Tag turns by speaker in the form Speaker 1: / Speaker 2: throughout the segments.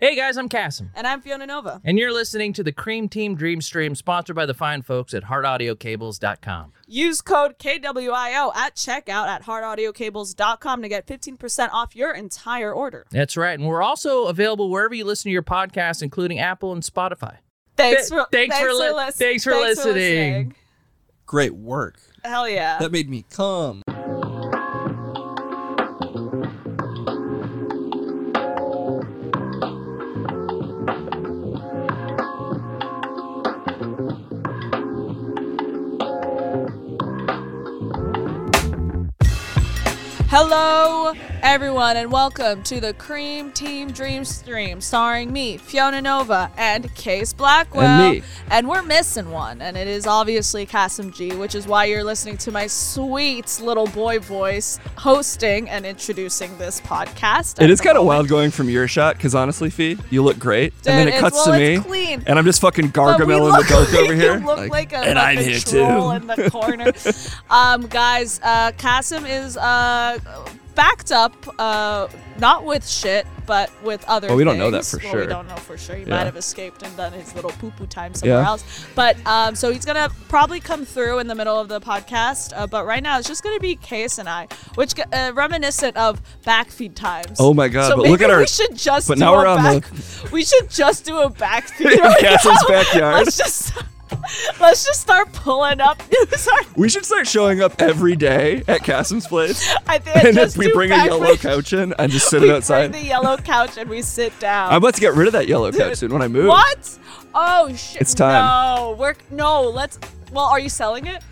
Speaker 1: Hey guys, I'm Cassim,
Speaker 2: And I'm Fiona Nova.
Speaker 1: and you're listening to the Cream Team Dream Stream, sponsored by the fine folks at HeartAudioCables.com.
Speaker 2: Use code KWIO at checkout at hardaudio.cables.com to get 15% off your entire order.
Speaker 1: That's right, and we're also available wherever you listen to your podcasts, including Apple and Spotify.
Speaker 2: Thanks
Speaker 1: Th-
Speaker 2: for,
Speaker 1: thanks for li-
Speaker 2: lis-
Speaker 1: thanks for listening.
Speaker 3: Great work.
Speaker 2: Hell yeah.
Speaker 3: That made me come.
Speaker 2: Hello, everyone, and welcome to the Cream Team Dream Stream, starring me, Fiona Nova, and Case Blackwell.
Speaker 3: And me.
Speaker 2: And we're missing one, and it is obviously Cassim G, which is why you're listening to my sweet little boy voice hosting and introducing this podcast.
Speaker 3: It is kind of wild going from your shot because honestly, Fee, you look great, and then
Speaker 2: Dude,
Speaker 3: it
Speaker 2: it's-
Speaker 3: cuts
Speaker 2: well,
Speaker 3: to me,
Speaker 2: it's clean.
Speaker 3: and I'm just fucking
Speaker 2: But we
Speaker 3: Gargamel in the
Speaker 2: look
Speaker 3: dark
Speaker 2: like-
Speaker 3: over here.
Speaker 2: You look like a
Speaker 3: and I'm
Speaker 2: fucking
Speaker 3: here
Speaker 2: troll
Speaker 3: too.
Speaker 2: in the corner. um, guys, uh, Kasim is uh, backed up, uh, not with shit, but with other.
Speaker 3: Well, we don't know that
Speaker 2: things.
Speaker 3: for
Speaker 2: Well,
Speaker 3: sure.
Speaker 2: We don't know for sure. He
Speaker 3: Yeah.
Speaker 2: might have escaped and done his little poo poo time somewhere
Speaker 3: Yeah.
Speaker 2: else. But um, so he's gonna probably come through in the middle of the podcast. Uh, but right now, it's just gonna be Case and I, which uh, reminiscent of backfeed times.
Speaker 3: Oh my God,
Speaker 2: So
Speaker 3: but
Speaker 2: maybe
Speaker 3: look at our-
Speaker 2: We should just.
Speaker 3: but
Speaker 2: do
Speaker 3: now
Speaker 2: a
Speaker 3: we're on the-
Speaker 2: back, We should just do a backfeed.
Speaker 3: In
Speaker 2: right
Speaker 3: Cassim's
Speaker 2: now.
Speaker 3: backyard.
Speaker 2: Let's just let's just start pulling up news. articles.
Speaker 3: We should start showing up every day at Cassim's place,
Speaker 2: I think
Speaker 3: and
Speaker 2: just
Speaker 3: if we
Speaker 2: do
Speaker 3: bring a
Speaker 2: back-
Speaker 3: yellow couch in and just sit
Speaker 2: we
Speaker 3: it outside.
Speaker 2: Bring the yellow couch and we sit down.
Speaker 3: I'm about to get rid of that yellow couch, dude. When I move,
Speaker 2: what? Oh shit!
Speaker 3: It's time.
Speaker 2: No, we're no. Let's. Well, are you selling it?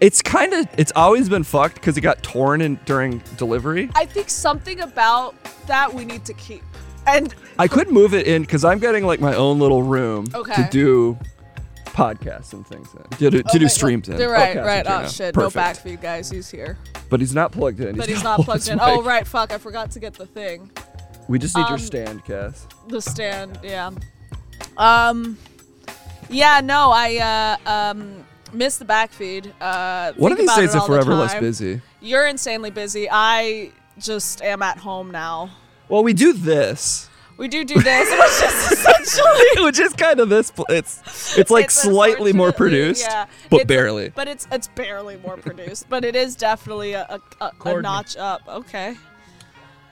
Speaker 3: it's kind of it's always been fucked because it got torn in during delivery.
Speaker 2: I think something about that we need to keep. And
Speaker 3: I could move it in because I'm getting like my own little room
Speaker 2: Okay.
Speaker 3: to do podcasts and things in, to do, to
Speaker 2: Oh
Speaker 3: do
Speaker 2: wait,
Speaker 3: streams in.
Speaker 2: They're right,
Speaker 3: podcasts
Speaker 2: right.
Speaker 3: and
Speaker 2: Oh
Speaker 3: stream-
Speaker 2: shit!
Speaker 3: Perfect.
Speaker 2: No backfeed, guys. He's here,
Speaker 3: But he's not plugged in.
Speaker 2: but he's
Speaker 3: got
Speaker 2: not
Speaker 3: all
Speaker 2: plugged
Speaker 3: his
Speaker 2: in. Oh
Speaker 3: mic.
Speaker 2: right, fuck! I forgot to get the thing.
Speaker 3: We just need
Speaker 2: Um,
Speaker 3: your stand, Cass.
Speaker 2: the stand yeah um yeah no i uh um miss the back feed uh
Speaker 3: One
Speaker 2: think
Speaker 3: of these
Speaker 2: about
Speaker 3: days
Speaker 2: it
Speaker 3: are
Speaker 2: all the
Speaker 3: forever less
Speaker 2: time.
Speaker 3: busy.
Speaker 2: you're insanely busy i just am at home now
Speaker 3: Well, we do this,
Speaker 2: we do do this which is essentially
Speaker 3: which is kind of this. pl- It's it's like
Speaker 2: It's
Speaker 3: slightly more
Speaker 2: unfortunately-
Speaker 3: produced,
Speaker 2: yeah.
Speaker 3: but
Speaker 2: It's-
Speaker 3: barely.
Speaker 2: but it's it's barely more produced but it is definitely a, a, a, a
Speaker 1: Cord me.
Speaker 2: notch up okay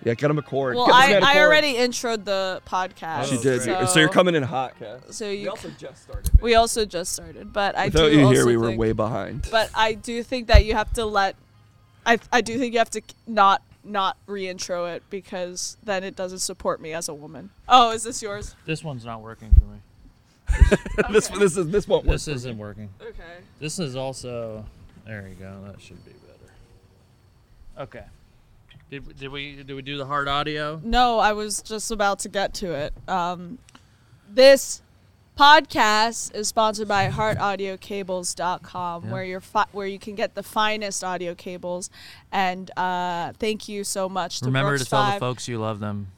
Speaker 3: Yeah, get him a cord.
Speaker 2: well
Speaker 3: Get this
Speaker 2: i
Speaker 3: man a
Speaker 2: i
Speaker 3: cord.
Speaker 2: already introed the podcast
Speaker 3: She did.
Speaker 2: so,
Speaker 3: So, you're coming in hot, Cass.
Speaker 2: so you
Speaker 3: just started.
Speaker 2: we also just started but i
Speaker 3: Without
Speaker 2: do
Speaker 3: you
Speaker 2: also
Speaker 3: here, we were
Speaker 2: think-
Speaker 3: way behind.
Speaker 2: but I do think that you have to let. I I do think you have to not not reintro it because then it doesn't support me as a woman. Oh, is this yours?
Speaker 4: This one's not working for me.
Speaker 3: this this is this won't work.
Speaker 4: This isn't working.
Speaker 2: Okay.
Speaker 4: This is also. There you go. That should be better. Okay. Did, did we did we do the hard audio?
Speaker 2: No, I was just about to get to it. Um, this podcast is sponsored by heartaudiocables.com where you're fi- where you can get the finest audio cables and uh, thank you so much to
Speaker 4: Remember
Speaker 2: Brooks
Speaker 4: to tell the
Speaker 2: Five.
Speaker 4: folks you love them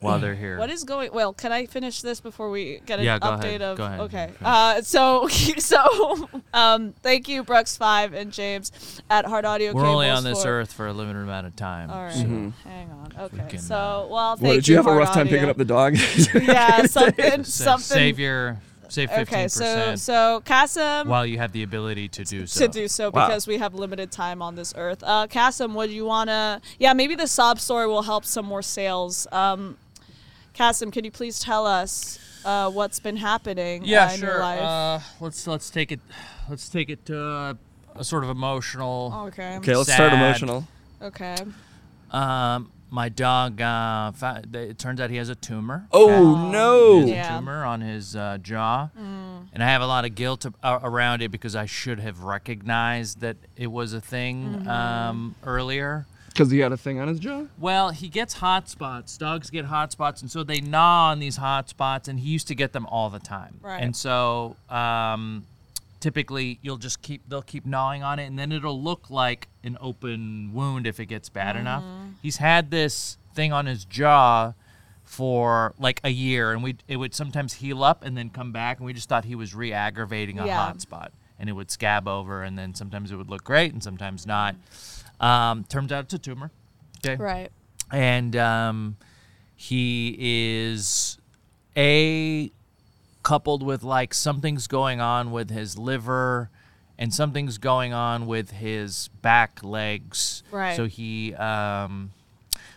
Speaker 4: while they're here.
Speaker 2: What is going? Well, can I finish this before we get an
Speaker 4: Yeah, go
Speaker 2: update
Speaker 4: ahead.
Speaker 2: of?
Speaker 4: Go ahead.
Speaker 2: Okay.
Speaker 4: Go
Speaker 2: Uh, so so um, thank you, Brooks Five and James at Hard Audio.
Speaker 4: We're only on this
Speaker 2: for,
Speaker 4: earth for a limited amount of time.
Speaker 2: All right,
Speaker 4: so- uh,
Speaker 2: hang on. Okay,
Speaker 4: can,
Speaker 2: so well, thank
Speaker 3: Mm-hmm. What did you have a
Speaker 2: Hard
Speaker 3: rough time
Speaker 2: Audio.
Speaker 3: picking up the dog?
Speaker 2: Yeah, something,
Speaker 4: sa-
Speaker 2: something.
Speaker 4: Save your save fifteen
Speaker 2: okay, so
Speaker 4: percent
Speaker 2: so Kasim
Speaker 4: while you have the ability to do so.
Speaker 2: to do so
Speaker 3: Wow.
Speaker 2: because we have limited time on this earth. Uh, Kasim, would you wanna? Yeah, maybe the sob story will help some more sales. Um, Kasim, can you please tell us uh, what's been happening?
Speaker 4: yeah,
Speaker 2: uh, in
Speaker 4: sure.
Speaker 2: Your life?
Speaker 4: Uh, let's let's take it let's take it to uh, a sort of emotional.
Speaker 2: okay.
Speaker 3: okay, let's start
Speaker 4: Sad.
Speaker 3: emotional.
Speaker 2: Okay.
Speaker 4: Um, my dog. Uh, fa- th- it turns out he has a tumor.
Speaker 3: Oh
Speaker 4: He
Speaker 3: no!
Speaker 4: has a
Speaker 2: Yeah. Mm.
Speaker 4: tumor on his uh, jaw, and I have a lot of guilt ab- a- around it because I should have recognized that it was a thing
Speaker 2: Mm-hmm.
Speaker 4: um, earlier.
Speaker 3: Because he had a thing on his jaw.
Speaker 4: Well, he gets hot spots. Dogs get hot spots, and so they gnaw on these hot spots. And he used to get them all the time.
Speaker 2: Right.
Speaker 4: And so, um, typically, you'll just keep they'll keep gnawing on it, and then it'll look like an open wound if it gets
Speaker 2: Mm-hmm.
Speaker 4: bad enough. He's had this thing on his jaw for like a year, and we it would sometimes heal up and then come back, and we just thought he was re-aggravating a
Speaker 2: Yeah.
Speaker 4: hot spot, and it would scab over, and then sometimes it would look great, and sometimes not. Um, turns out it's a tumor. Okay
Speaker 2: Right.
Speaker 4: and um, He is a coupled with like something's going on with his liver and something's going on with his back legs.
Speaker 2: Right.
Speaker 4: So he um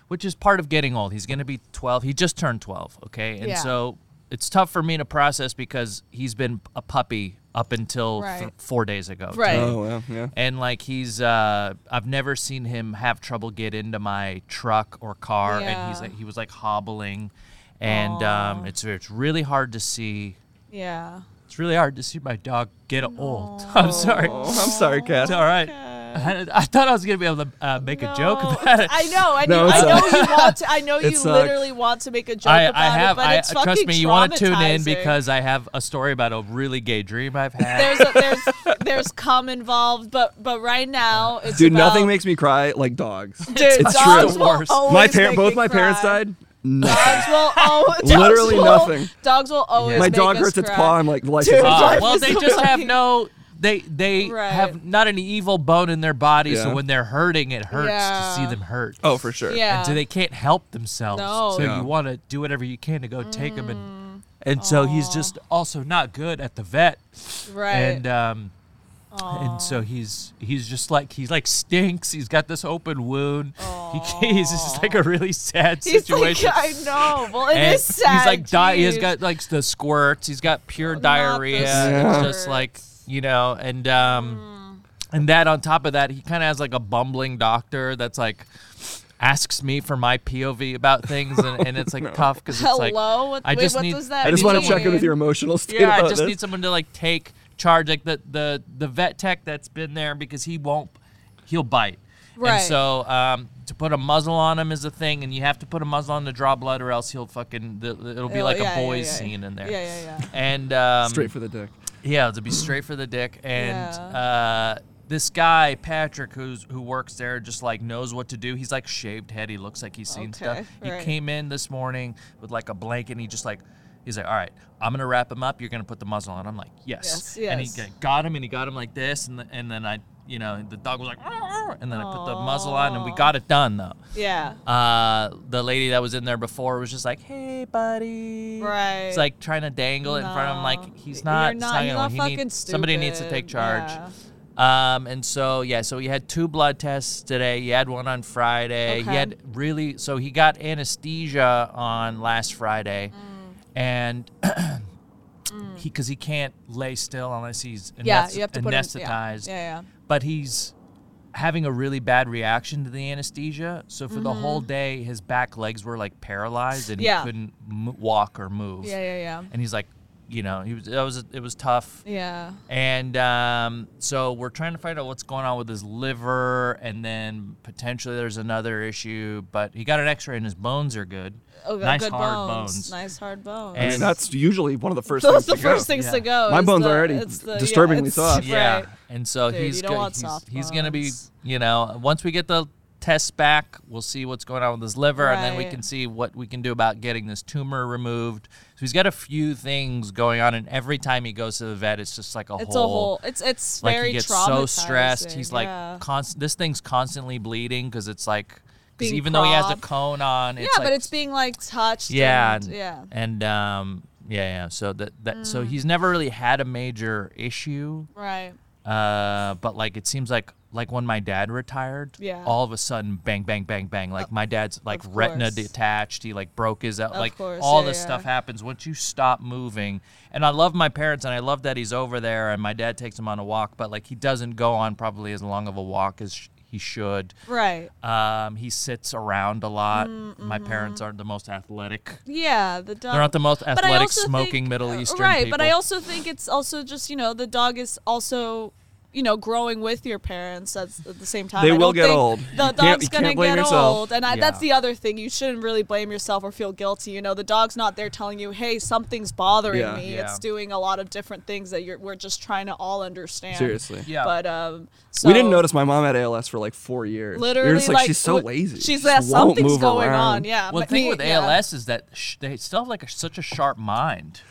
Speaker 4: which is part of getting old. He's going to be 12. He just turned 12, okay? And
Speaker 2: Yeah.
Speaker 4: so it's tough for me to process because he's been a puppy up until th-
Speaker 2: Right.
Speaker 4: 4 days ago.
Speaker 2: Right.
Speaker 3: Oh well, yeah.
Speaker 4: And like he's uh I've never seen him have trouble get into my truck or car and he's
Speaker 2: Yeah.
Speaker 4: like he was like hobbling and um it's it's really hard to see
Speaker 2: Yeah.
Speaker 4: it's really hard to see my dog get old. I'm sorry.
Speaker 3: Oh, I'm sorry, Kat.
Speaker 4: It's all right. I, I thought I was gonna be able to uh, make a joke about it.
Speaker 2: I know. I,
Speaker 3: No,
Speaker 2: know-
Speaker 3: it
Speaker 2: I know you want to. I know you
Speaker 3: It sucks.
Speaker 2: literally want to make a joke
Speaker 4: I,
Speaker 2: about
Speaker 4: I have.
Speaker 2: it, but
Speaker 4: I,
Speaker 2: it's fucking
Speaker 4: trust me. You want to tune in
Speaker 2: traumatizing.
Speaker 4: because I have a story about a really gay dream I've had.
Speaker 2: there's a, there's there's cum involved, but but right now it's
Speaker 3: Dude,
Speaker 2: about,
Speaker 3: nothing makes me cry like dogs.
Speaker 2: Dude,
Speaker 3: It's
Speaker 2: dogs
Speaker 3: true.
Speaker 2: will
Speaker 4: Worst. My
Speaker 3: my
Speaker 2: always
Speaker 3: par-
Speaker 2: make
Speaker 3: both
Speaker 2: me
Speaker 3: my parents
Speaker 2: cry.
Speaker 3: died. No.
Speaker 2: Dogs will always,
Speaker 3: Literally
Speaker 2: will,
Speaker 3: nothing.
Speaker 2: Dogs will always.
Speaker 3: my
Speaker 2: make
Speaker 3: dog
Speaker 2: us
Speaker 3: hurts its
Speaker 2: cry.
Speaker 3: paw. I'm like, life
Speaker 2: Dude,
Speaker 3: is
Speaker 4: Uh,
Speaker 2: life
Speaker 4: well,
Speaker 2: is
Speaker 4: they
Speaker 2: so
Speaker 4: just have
Speaker 2: fucking-
Speaker 4: no. They they
Speaker 2: Right.
Speaker 4: have not an evil bone in their body, so
Speaker 3: Yeah.
Speaker 4: when they're hurting, it hurts to see
Speaker 2: Yeah.
Speaker 4: them hurt.
Speaker 3: Oh, for sure.
Speaker 2: Yeah.
Speaker 4: And so they can't help themselves.
Speaker 2: No. Mm.
Speaker 4: So
Speaker 3: Yeah.
Speaker 4: you want to do whatever you can to go take him and and so he's just also not good at the vet.
Speaker 2: Right.
Speaker 4: And um and so he's he's just like he's like stinks. He's got this open wound. He, can't- he's just like a really sad
Speaker 2: He's
Speaker 4: situation.
Speaker 2: like, I know. Well, it
Speaker 4: And
Speaker 2: is sad.
Speaker 4: He's like di- he's
Speaker 2: jeez.
Speaker 4: got like the squirts. He's got pure
Speaker 2: Not the
Speaker 4: diarrhea. It's just
Speaker 2: squirts. Mm.
Speaker 4: like you know, and um, and that on top of that, he kind of has like a bumbling doctor that's like asks me for my POV about things, and, and it's like tough because it's
Speaker 2: Hello.
Speaker 4: like
Speaker 2: what,
Speaker 4: I
Speaker 2: wait,
Speaker 4: just
Speaker 2: what
Speaker 4: need-
Speaker 2: does that
Speaker 3: I just
Speaker 2: want to
Speaker 3: check in with your emotional state
Speaker 4: yeah, I
Speaker 3: about
Speaker 4: just
Speaker 3: this.
Speaker 4: need someone to like take charge, like the the the vet tech that's been there because he won't, he'll bite.
Speaker 2: Right.
Speaker 4: And so um, to put a muzzle on him is a thing, and you have to put a muzzle on to draw blood, or else he'll fucking the, it'll be
Speaker 2: It'll-
Speaker 4: like
Speaker 2: Oh, yeah,
Speaker 4: a
Speaker 2: yeah,
Speaker 4: boys
Speaker 2: yeah.
Speaker 4: scene in there.
Speaker 2: Yeah, yeah, yeah.
Speaker 4: And um,
Speaker 3: Straight for the dick.
Speaker 4: yeah, it'll be straight for the dick. And uh, this guy Patrick, who's who works there, just like knows what to do. He's like shaved head. He looks like he's seen
Speaker 2: Okay,
Speaker 4: stuff.
Speaker 2: right.
Speaker 4: He came in this morning with like a blanket, and he just like. He's like, all right, I'm gonna wrap him up. You're gonna put the muzzle on. I'm like, yes.
Speaker 2: Yes,
Speaker 4: And he
Speaker 2: yes.
Speaker 4: g- got him, and he got him like this, and the, and then I, you know, the dog was like, "Arr," and then I put the muzzle on, and we got it done though.
Speaker 2: Yeah.
Speaker 4: Uh, the lady that was in there before was just like, "Hey, buddy."
Speaker 2: Right.
Speaker 4: It's like trying to dangle it in front of him,
Speaker 2: No.
Speaker 4: like he's
Speaker 2: You're
Speaker 4: not.
Speaker 2: not-
Speaker 4: it's not
Speaker 2: you're
Speaker 4: gonna
Speaker 2: not
Speaker 4: work. He
Speaker 2: fucking
Speaker 4: needs- Somebody needs to take
Speaker 2: stupid.
Speaker 4: charge.
Speaker 2: Yeah.
Speaker 4: Um, and so yeah, so he had two blood tests today. He had one on Friday.
Speaker 2: Okay.
Speaker 4: He had really so he got anesthesia on last Friday,
Speaker 2: Mm.
Speaker 4: and. He, because he can't lay still unless he's
Speaker 2: Yeah.
Speaker 4: anesthet-
Speaker 2: You have to put
Speaker 4: anesthetized
Speaker 2: Him, yeah. Yeah.
Speaker 4: but he's having a really bad reaction to the anesthesia. So for the whole day, his back legs were like paralyzed and
Speaker 2: Mm-hmm. Yeah.
Speaker 4: he couldn't m- walk or move.
Speaker 2: Yeah. Yeah. Yeah.
Speaker 4: And he's like, you know, he was that was it was tough.
Speaker 2: Yeah. yeah.
Speaker 4: And um, so we're trying to find out what's going on with his liver, and then potentially there's another issue. But he got an X-ray, and his bones are good.
Speaker 2: Oh,
Speaker 4: nice
Speaker 2: good
Speaker 4: hard
Speaker 2: bones.
Speaker 4: bones.
Speaker 2: Nice hard bones.
Speaker 3: I
Speaker 4: And-
Speaker 3: mean, that's usually one of the first
Speaker 2: Those
Speaker 3: things
Speaker 2: are the
Speaker 3: to
Speaker 2: first
Speaker 3: go.
Speaker 2: things
Speaker 4: Yeah.
Speaker 2: to go.
Speaker 3: My
Speaker 2: is
Speaker 3: bones
Speaker 2: the,
Speaker 3: are already
Speaker 2: it's the,
Speaker 3: disturbingly
Speaker 2: yeah, it's-
Speaker 3: soft.
Speaker 4: Yeah.
Speaker 2: Right.
Speaker 4: And so
Speaker 2: Dude,
Speaker 4: he's
Speaker 2: you don't
Speaker 4: go-
Speaker 2: want
Speaker 4: he's,
Speaker 2: soft
Speaker 4: he's gonna be
Speaker 2: bones.
Speaker 4: you know once we get the tests back, we'll see what's going on with his liver, and then we
Speaker 2: Right.
Speaker 4: can see what we can do about getting this tumor removed. So he's got a few things going on, and every time he goes to the vet, it's just like a
Speaker 2: It's a
Speaker 4: whole.
Speaker 2: whole. It's it's
Speaker 4: like
Speaker 2: very
Speaker 4: he gets so stressed,
Speaker 2: traumatizing,
Speaker 4: he's like
Speaker 2: yeah.
Speaker 4: const- this thing's constantly bleeding because it's like because
Speaker 2: Being
Speaker 4: even though he has the
Speaker 2: propped.
Speaker 4: cone on, it's
Speaker 2: yeah,
Speaker 4: like,
Speaker 2: but it's being like touched.
Speaker 4: yeah,
Speaker 2: and,
Speaker 4: and,
Speaker 2: yeah. Mm.
Speaker 4: and um, yeah, yeah. So that that so he's never really had a major issue.
Speaker 2: Right.
Speaker 4: Uh, but like it seems like like when my dad retired,
Speaker 2: Yeah.
Speaker 4: all of a sudden bang bang bang bang. Like my dad's like
Speaker 2: of
Speaker 4: retina
Speaker 2: course.
Speaker 4: detached. He like broke his out. Like
Speaker 2: course,
Speaker 4: all
Speaker 2: yeah,
Speaker 4: this
Speaker 2: yeah.
Speaker 4: stuff happens once you stop moving. And I love my parents, and I love that he's over there, and my dad takes him on a walk. But like he doesn't go on probably as long of a walk as sh- he should.
Speaker 2: Right.
Speaker 4: Um, he sits around a lot. My parents aren't the most athletic.
Speaker 2: Yeah. The dog.
Speaker 4: They're not the most
Speaker 2: but I
Speaker 4: athletic,
Speaker 2: also
Speaker 4: smoking
Speaker 2: think-
Speaker 4: Middle
Speaker 2: uh,
Speaker 4: Eastern
Speaker 2: right
Speaker 4: people.
Speaker 2: but i also think it's also just you know the dog is also you know growing with your parents that's at the same time
Speaker 3: They
Speaker 2: I
Speaker 3: will
Speaker 2: don't
Speaker 3: get
Speaker 2: think
Speaker 3: old. You
Speaker 2: the
Speaker 3: can't-
Speaker 2: dog's
Speaker 3: you
Speaker 2: gonna
Speaker 3: can't blame
Speaker 2: get
Speaker 3: yourself.
Speaker 2: old and I,
Speaker 4: Yeah.
Speaker 2: that's the other thing you shouldn't really blame yourself or feel guilty you know the dog's not there telling you hey something's bothering
Speaker 3: Yeah.
Speaker 2: me
Speaker 4: Yeah.
Speaker 2: it's doing a lot of different things that you're we're just trying to all understand
Speaker 3: Seriously.
Speaker 4: Yeah.
Speaker 2: but um so
Speaker 3: We didn't notice my mom had ALS for like four years. We were
Speaker 2: literally
Speaker 3: just like, she's so
Speaker 2: what-
Speaker 3: lazy.
Speaker 2: she's
Speaker 3: She
Speaker 2: yeah,
Speaker 3: just won't
Speaker 2: something's
Speaker 3: move
Speaker 2: going
Speaker 3: around.
Speaker 2: on
Speaker 4: Well,
Speaker 2: yeah
Speaker 4: the
Speaker 2: Uh, but
Speaker 4: thing
Speaker 2: me-
Speaker 4: with
Speaker 2: yeah.
Speaker 4: ALS is that sh- they still have like a, such a sharp mind.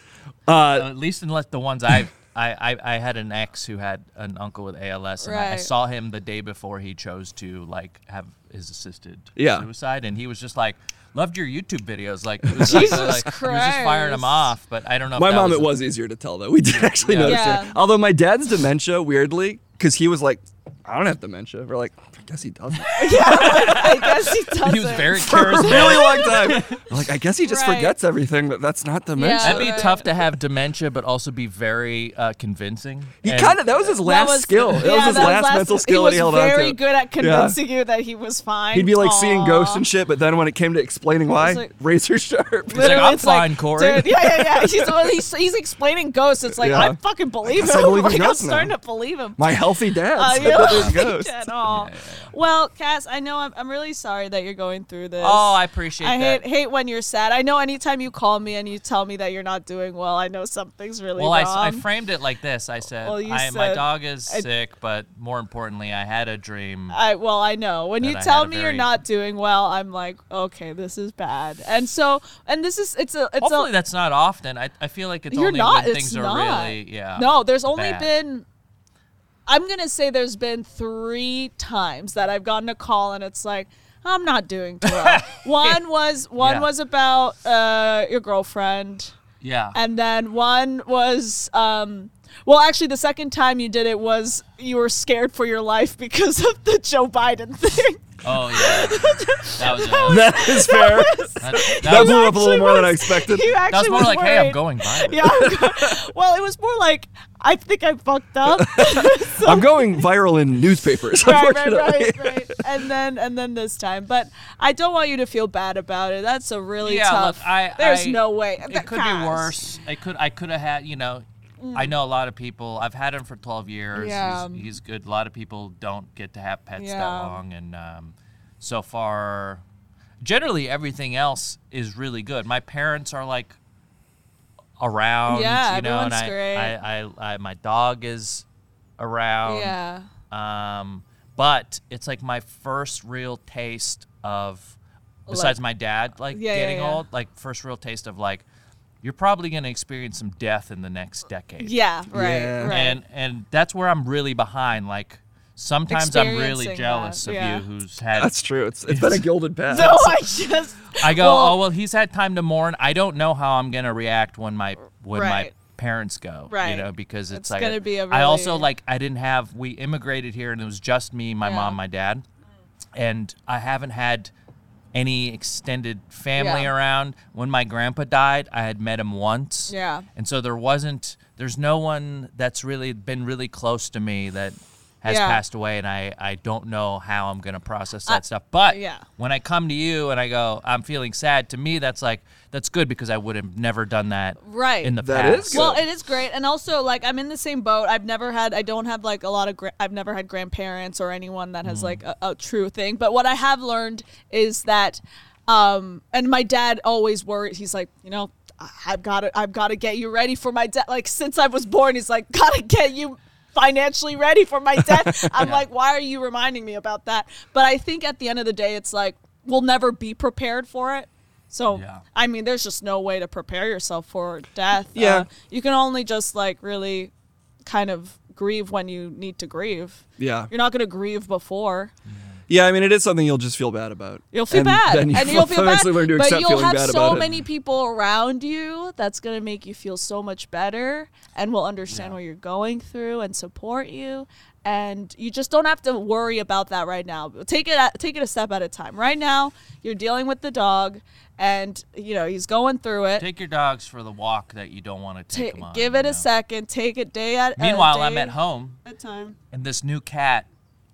Speaker 3: Uh,
Speaker 4: At least unless the ones I've. I, I, I had an ex who had an uncle with ALS, and I, I
Speaker 2: Right.
Speaker 4: saw him the day before he chose to like have his assisted
Speaker 3: Yeah.
Speaker 4: suicide, and he was just like, Loved your YouTube videos. Like, it was like-
Speaker 2: Jesus
Speaker 4: like, You were just firing them
Speaker 2: Christ.
Speaker 4: off, but I don't know. if
Speaker 3: My
Speaker 4: that
Speaker 3: mom,
Speaker 4: was
Speaker 3: it was easier to tell though. We did actually
Speaker 4: Yeah.
Speaker 3: notice
Speaker 2: Yeah.
Speaker 3: her. Although my dad's dementia, weirdly, because he was like, I don't have dementia. We're like, I guess he doesn't.
Speaker 2: I guess he doesn't.
Speaker 4: He was very
Speaker 3: For a
Speaker 4: charismatic.
Speaker 3: really long time. We're like, I guess he just
Speaker 2: Right.
Speaker 3: forgets everything, but that's not dementia.
Speaker 4: That'd be
Speaker 2: Right.
Speaker 4: tough to have dementia, but also be very uh, convincing.
Speaker 3: He
Speaker 4: And-
Speaker 3: kind of that was his last skill. that was his last, mental skill
Speaker 2: he
Speaker 3: that he held
Speaker 2: was
Speaker 3: on
Speaker 2: very
Speaker 3: to.
Speaker 2: good at convincing you that he was fine.
Speaker 3: He'd be like seeing
Speaker 2: Aw.
Speaker 3: ghosts and shit, but then when it came to explaining why,
Speaker 2: It's like-
Speaker 3: razor sharp.
Speaker 4: like,
Speaker 2: Literally,
Speaker 4: "I'm
Speaker 2: it's
Speaker 4: fine, Corey."
Speaker 2: Dude, yeah, yeah, yeah. He's, well, he's, he's explaining ghosts. It's like,
Speaker 3: Yeah.
Speaker 2: I fucking believe
Speaker 3: guess
Speaker 2: him.
Speaker 3: I believe in
Speaker 2: like, I'm
Speaker 3: ghosts now.
Speaker 2: starting to believe him.
Speaker 3: My healthy dad.
Speaker 2: Uh,
Speaker 3: said
Speaker 2: you
Speaker 3: that
Speaker 2: don't
Speaker 3: there's
Speaker 2: think
Speaker 3: ghosts.
Speaker 2: at all. Well, Cass, I know I'm, I'm really sorry that you're going through this.
Speaker 4: Oh, I appreciate
Speaker 2: I hate
Speaker 4: that.
Speaker 2: hate when you're sad. I know anytime you call me and you tell me that you're not doing well, I know something's really
Speaker 4: well, I,
Speaker 2: wrong.
Speaker 4: s- I framed it like this. I said,
Speaker 2: Well, you
Speaker 4: I, my
Speaker 2: said-
Speaker 4: dog is
Speaker 2: I- Uh,
Speaker 4: sick, but more importantly, I had a dream.
Speaker 2: I well, I know when
Speaker 4: That
Speaker 2: you
Speaker 4: I had
Speaker 2: tell
Speaker 4: a
Speaker 2: me you're
Speaker 4: very-
Speaker 2: not doing well, I'm like, okay, this is bad. And so, and this is it's a it's
Speaker 4: Hopefully,
Speaker 2: a
Speaker 4: that's not often. I, I feel like it's
Speaker 2: you're
Speaker 4: only
Speaker 2: not.
Speaker 4: when
Speaker 2: It's
Speaker 4: things
Speaker 2: not.
Speaker 4: are really yeah.
Speaker 2: no, there's only
Speaker 4: bad.
Speaker 2: been. I'm gonna say there's been three times that I've gotten a call and it's like I'm not doing too well. one was one
Speaker 4: Yeah.
Speaker 2: was about uh, your girlfriend.
Speaker 4: Yeah.
Speaker 2: And then one was um well actually the second time you did it was you were scared for your life because of the Joe Biden thing.
Speaker 4: oh yeah. that was. a-
Speaker 3: That is fair.
Speaker 4: That, that
Speaker 3: that
Speaker 4: was,
Speaker 3: blew up a
Speaker 2: actually
Speaker 3: little more than I
Speaker 2: was-
Speaker 3: expected.
Speaker 2: You actually
Speaker 4: that was more
Speaker 2: was
Speaker 4: like, hey, I'm
Speaker 2: worried.
Speaker 4: going viral.
Speaker 2: Yeah. I'm go- well, it was more like I think I fucked up.
Speaker 3: I'm going viral in newspapers,
Speaker 2: right, right,
Speaker 3: unfortunately.
Speaker 2: right, right. And then and then this time, but I don't want you to feel bad about it. That's a really
Speaker 4: Yeah,
Speaker 2: tough.
Speaker 4: look, I-
Speaker 2: There's
Speaker 4: I-
Speaker 2: no way.
Speaker 4: It could be worse. It could. I could have had. You know, I know a lot of people. I've had him for 12 years.
Speaker 2: Mm. Yeah.
Speaker 4: He's, he's good. A lot of people don't get to have pets that
Speaker 2: Yeah.
Speaker 4: long, and um, so far, generally everything else is really good. My parents are like around.
Speaker 2: Yeah,
Speaker 4: you know, and
Speaker 2: everyone's
Speaker 4: I,
Speaker 2: great.
Speaker 4: I, I, I, my dog is around.
Speaker 2: Yeah.
Speaker 4: Um, but it's like my first real taste of, besides my dad, like
Speaker 2: Yeah, yeah,
Speaker 4: getting
Speaker 2: yeah.
Speaker 4: old, like first real taste of like, you're probably gonna experience some death in the next decade.
Speaker 2: Yeah. Right.
Speaker 3: Yeah.
Speaker 2: Right.
Speaker 4: And and that's where I'm really behind. Like sometimes I'm really
Speaker 2: Experiencing
Speaker 4: jealous
Speaker 2: that,
Speaker 4: of
Speaker 2: yeah.
Speaker 4: you who's had.
Speaker 3: That's true. It's it's been a gilded past.
Speaker 2: so I just.
Speaker 4: I go,
Speaker 2: well-
Speaker 4: oh well, he's had time to mourn. I don't know how I'm gonna react when my when my
Speaker 2: Right.
Speaker 4: parents go. You
Speaker 2: Right.
Speaker 4: know because it's,
Speaker 2: It's
Speaker 4: like
Speaker 2: gonna be a
Speaker 4: I also
Speaker 2: really-
Speaker 4: like I didn't have we immigrated here and it was just me, my
Speaker 2: Yeah.
Speaker 4: mom, my dad, and I haven't had any extended family
Speaker 2: Yeah.
Speaker 4: around. When my grandpa died, I had met him once.
Speaker 2: Yeah.
Speaker 4: And so there wasn't there's no one that's really been really close to me that has
Speaker 2: Yeah.
Speaker 4: passed away and I, I don't know how I'm gonna process that stuff. But
Speaker 2: yeah.
Speaker 4: when I come to you and I go, I'm feeling sad, to me that's like that's good because I would have never done that
Speaker 2: Right.
Speaker 4: in the
Speaker 3: That
Speaker 4: past.
Speaker 3: is good.
Speaker 2: Well, it is great, and also like I'm in the same boat. I've never had, I don't have like a lot of, gra- I've never had grandparents or anyone that
Speaker 3: Mm.
Speaker 2: has like a, a true thing. But what I have learned is that, um, and my dad always worried. He's like, you know, I- I've got to, I've got to get you ready for my dad. Like since I was born, he's like, gotta get you financially ready for my death. I'm like, why are you reminding me about that? But I think at the end of the day, it's like we'll never be prepared for it. So
Speaker 4: Yeah.
Speaker 2: I mean, there's just no way to prepare yourself for death. Uh,
Speaker 3: Yeah.
Speaker 2: you can only just like really kind of grieve when you need to grieve.
Speaker 3: Yeah.
Speaker 2: You're not gonna grieve before.
Speaker 3: Yeah, I mean, it is something you'll just feel bad about.
Speaker 2: You'll feel
Speaker 3: And
Speaker 2: bad,
Speaker 3: then you
Speaker 2: and you'll feel bad.
Speaker 3: eventually learn to
Speaker 2: but
Speaker 3: accept
Speaker 2: you'll
Speaker 3: feeling
Speaker 2: have
Speaker 3: bad
Speaker 2: so
Speaker 3: about it.
Speaker 2: many people around you that's gonna make you feel so much better, and will understand what you're going through and support you. And you just don't have to worry about that right now. Take it at, take it a step at a time. Right now, you're dealing with the dog, and you know he's going through it.
Speaker 4: Take your dogs for the walk that you don't want to take
Speaker 2: Ta-
Speaker 4: them on.
Speaker 2: give
Speaker 4: you
Speaker 2: it
Speaker 4: know?
Speaker 2: a second. Take it day at. uh,
Speaker 4: Meanwhile,
Speaker 2: day
Speaker 4: I'm at home
Speaker 2: At time.
Speaker 4: and this new cat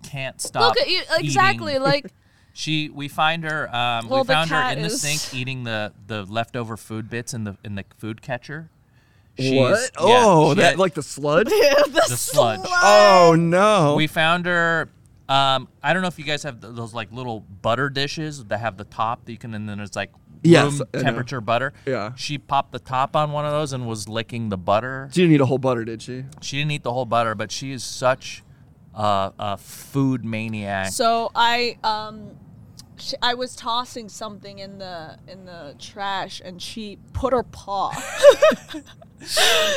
Speaker 4: can't stop.
Speaker 2: Look at you.
Speaker 4: eating.
Speaker 2: Exactly. Like
Speaker 4: She, we find her. Um,
Speaker 2: Well,
Speaker 4: we
Speaker 2: the
Speaker 4: found her
Speaker 2: cat
Speaker 4: in the
Speaker 2: is-
Speaker 4: sink eating the the leftover food bits in the in the food catcher.
Speaker 3: what?
Speaker 4: She's- yeah,
Speaker 3: oh,
Speaker 4: she
Speaker 3: that
Speaker 4: had
Speaker 3: like the sludge.
Speaker 2: the,
Speaker 4: the sludge.
Speaker 3: oh no.
Speaker 4: We found her. Um, I don't know if you guys have th- those like little butter dishes that have the top that you can, and then it's like
Speaker 3: Yes,
Speaker 4: room
Speaker 3: I know.
Speaker 4: temperature butter.
Speaker 3: Yeah.
Speaker 4: She popped the top on one of those and was licking the butter.
Speaker 3: she didn't eat a whole butter, did she?
Speaker 4: She didn't eat the whole butter, but she is such uh, a food maniac.
Speaker 2: So I um, sh I was tossing something in the in the trash, and she put her paw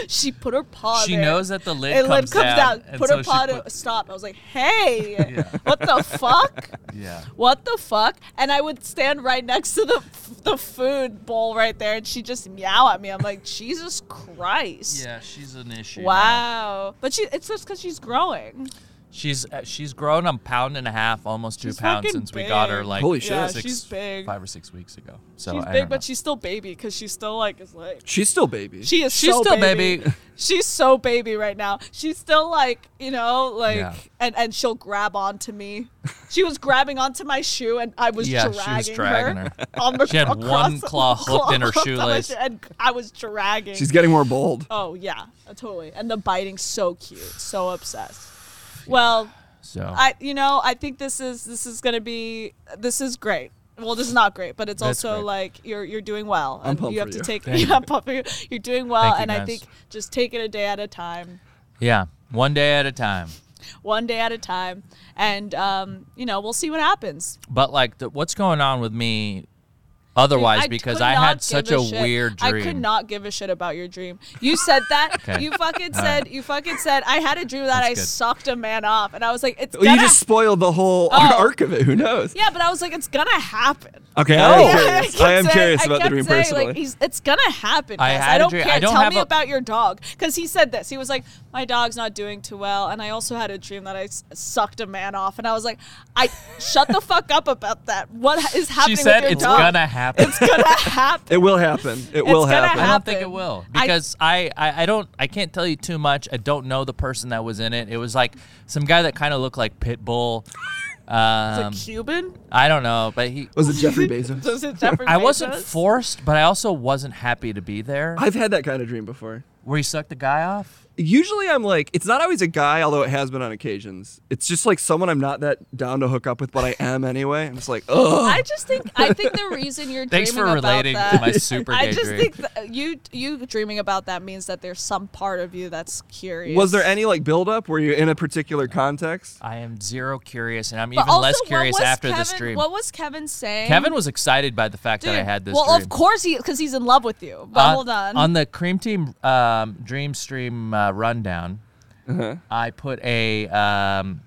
Speaker 2: She put her paw.
Speaker 4: She
Speaker 2: there.
Speaker 4: knows that the lid
Speaker 2: And
Speaker 4: comes,
Speaker 2: lip comes
Speaker 4: down.
Speaker 2: out.
Speaker 4: and
Speaker 2: Put
Speaker 4: so
Speaker 2: her
Speaker 4: she
Speaker 2: paw. to-
Speaker 4: put-
Speaker 2: Stop. I was like, hey,
Speaker 4: Yeah.
Speaker 2: what the fuck?
Speaker 4: yeah.
Speaker 2: What the fuck? And I would stand right next to the the food bowl right there, and she just meow at me. I'm like, Jesus Christ.
Speaker 4: Yeah, she's an issue.
Speaker 2: Wow. But she it's just because she's growing.
Speaker 4: She's uh, she's grown a pound and a half, almost two
Speaker 2: She's
Speaker 4: pounds
Speaker 2: fucking
Speaker 4: since we got her.
Speaker 2: big.
Speaker 4: Like
Speaker 3: Holy
Speaker 2: Yeah,
Speaker 4: six,
Speaker 2: she's big.
Speaker 4: five or six weeks ago. So
Speaker 2: she's
Speaker 4: I
Speaker 2: big,
Speaker 4: don't
Speaker 2: but
Speaker 4: know.
Speaker 2: she's still baby because she's still like is like
Speaker 3: She's still baby.
Speaker 2: she is.
Speaker 4: She's
Speaker 2: so
Speaker 4: still baby.
Speaker 2: She's so baby right now. She's still like you know like
Speaker 4: Yeah.
Speaker 2: and and she'll grab onto me. She was grabbing onto my shoe and I was
Speaker 4: Yeah, she was
Speaker 2: dragging,
Speaker 4: dragging
Speaker 2: her.
Speaker 4: her.
Speaker 2: on the-
Speaker 4: She had
Speaker 2: across
Speaker 4: one
Speaker 2: the-
Speaker 4: claw hooked in her
Speaker 2: hooked on my
Speaker 4: shoelace.
Speaker 2: shoe, and I was dragging.
Speaker 3: She's getting more bold.
Speaker 2: Oh yeah, uh, totally. And the biting's so cute, so obsessed. Well,
Speaker 4: so
Speaker 2: I you know I think this is this is gonna be this is great. Well, this is not great, but it's
Speaker 4: That's
Speaker 2: also
Speaker 4: great.
Speaker 2: like you're you're doing well,
Speaker 3: I'm
Speaker 2: and
Speaker 3: pumped
Speaker 2: you
Speaker 3: for
Speaker 2: have
Speaker 3: you.
Speaker 2: to take
Speaker 4: Thank you.
Speaker 2: yeah, I'm pumped for you. You're doing well,
Speaker 4: Thank you,
Speaker 2: and I
Speaker 4: guys.
Speaker 2: think just take it a day at a time,
Speaker 4: yeah, one day at a time.
Speaker 2: one day at a time, and um, you know we'll see what happens.
Speaker 4: But like, the, what's going on with me? Otherwise,
Speaker 2: Dude,
Speaker 4: because
Speaker 2: could
Speaker 4: I
Speaker 2: not
Speaker 4: had
Speaker 2: give
Speaker 4: such a,
Speaker 2: a, shit.
Speaker 4: weird dream.
Speaker 2: I could not give a shit about your dream. You said that.
Speaker 4: Okay.
Speaker 2: You fucking
Speaker 4: All
Speaker 2: said.
Speaker 4: right.
Speaker 2: You fucking said. I had a dream that
Speaker 4: That's
Speaker 2: I
Speaker 4: good.
Speaker 2: sucked a man off, and I was like, it's
Speaker 3: Well,
Speaker 2: gonna.
Speaker 3: you just spoiled the whole
Speaker 2: Oh.
Speaker 3: arc of it. Who knows?
Speaker 2: yeah, but I was like, it's gonna happen.
Speaker 3: Okay, I am
Speaker 2: Yeah, Oh.
Speaker 3: curious.
Speaker 2: kept
Speaker 3: I am
Speaker 2: saying-
Speaker 3: curious about the
Speaker 2: kept
Speaker 3: dream
Speaker 2: saying,
Speaker 3: personally.
Speaker 2: Like, he's, it's gonna happen.
Speaker 4: I
Speaker 2: guys.
Speaker 4: had a
Speaker 2: don't
Speaker 4: dream.
Speaker 2: care.
Speaker 4: I don't
Speaker 2: Tell
Speaker 4: have
Speaker 2: me
Speaker 4: a-
Speaker 2: about your dog, because he said this. He was like, "My dog's not doing too well," and I also had a dream that I s- sucked a man off, and I was like, "I shut the fuck up about that. What ha- is
Speaker 4: she
Speaker 2: happening?"
Speaker 4: said
Speaker 2: with your
Speaker 4: it's
Speaker 2: dog?
Speaker 4: gonna happen.
Speaker 2: It's gonna happen.
Speaker 3: it will happen. It will
Speaker 2: gonna
Speaker 3: happen.
Speaker 4: I don't think it
Speaker 2: happen.
Speaker 4: will
Speaker 2: I-
Speaker 4: because I, I, I don't I can't tell you too much. I don't know the person that was in it. It was like some guy that kind of looked like Pitbull.
Speaker 2: It's a
Speaker 4: Um,
Speaker 2: Cuban.
Speaker 4: I don't know, but he.
Speaker 3: Was it Jeffrey Bezos?
Speaker 2: Was it Jeffrey
Speaker 4: I wasn't
Speaker 2: Bezos?
Speaker 4: forced, but I also wasn't happy to be there.
Speaker 3: I've had that kind of dream before.
Speaker 4: Where you sucked the guy off?
Speaker 3: Usually I'm like, it's not always a guy, although it has been on occasions. It's just like someone I'm not that down to hook up with, but I am anyway. I'm just like, oh,
Speaker 2: I just think I think the reason you're
Speaker 4: Thanks
Speaker 2: dreaming
Speaker 4: for
Speaker 2: about
Speaker 4: relating to
Speaker 2: that,
Speaker 4: my super
Speaker 2: I
Speaker 4: gay
Speaker 2: just
Speaker 4: dream.
Speaker 2: think that you you dreaming about that means that there's some part of you that's curious.
Speaker 3: Was there any like buildup? Were you in a particular context?
Speaker 4: I am zero curious, and I'm
Speaker 2: But
Speaker 4: even
Speaker 2: also,
Speaker 4: less
Speaker 2: what
Speaker 4: curious
Speaker 2: was
Speaker 4: after this
Speaker 2: Kevin-
Speaker 4: dream.
Speaker 2: What was Kevin saying?
Speaker 4: Kevin was excited by the fact that I
Speaker 2: Dude,
Speaker 4: had this
Speaker 2: Well,
Speaker 4: dream.
Speaker 2: of course he, because he's in love with you. But hold on.
Speaker 4: On the cream team um, dream stream uh, rundown, I put a um,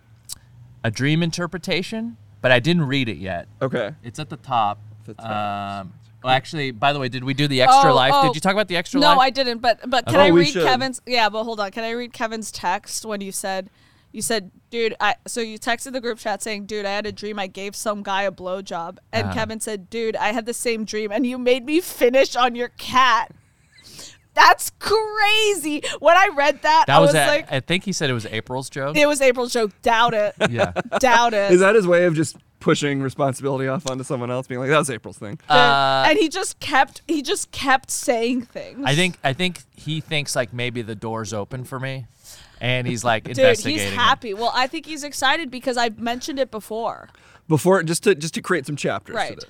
Speaker 4: a dream interpretation, but I didn't read it yet.
Speaker 3: Okay.
Speaker 4: It's at the top.
Speaker 3: The top.
Speaker 4: Um, well, actually, by the way, did we do the extra
Speaker 2: Oh,
Speaker 4: life?
Speaker 2: oh.
Speaker 4: Did you talk about the extra
Speaker 2: no,
Speaker 4: life?
Speaker 2: I didn't. But but can
Speaker 3: Oh,
Speaker 2: I
Speaker 3: we
Speaker 2: read
Speaker 3: should.
Speaker 2: Kevin's? Yeah, but hold on. Can I read Kevin's text when you said? You said, dude, I so you texted the group chat saying, dude, I had a dream I gave some guy a blowjob.
Speaker 4: Ah.
Speaker 2: And Kevin said, dude, I had the same dream and you made me finish on your cat. That's crazy. When I read that,
Speaker 4: that
Speaker 2: I
Speaker 4: was,
Speaker 2: was
Speaker 4: a-
Speaker 2: like,
Speaker 4: I think he said it was April's joke.
Speaker 2: it was April's joke. Doubt it.
Speaker 4: yeah.
Speaker 2: Doubt it.
Speaker 3: Is that his way of just pushing responsibility off onto someone else, being like, that was April's thing?
Speaker 2: Dude,
Speaker 4: Uh,
Speaker 2: and he just kept he just kept saying things.
Speaker 4: I think I think he thinks like maybe the door's open for me, and he's like
Speaker 2: Dude,
Speaker 4: investigating.
Speaker 2: he's
Speaker 4: it.
Speaker 2: happy. Well, I think he's excited because I've mentioned it before.
Speaker 3: Before, just to just to create some chapters.
Speaker 2: Right.
Speaker 3: To this.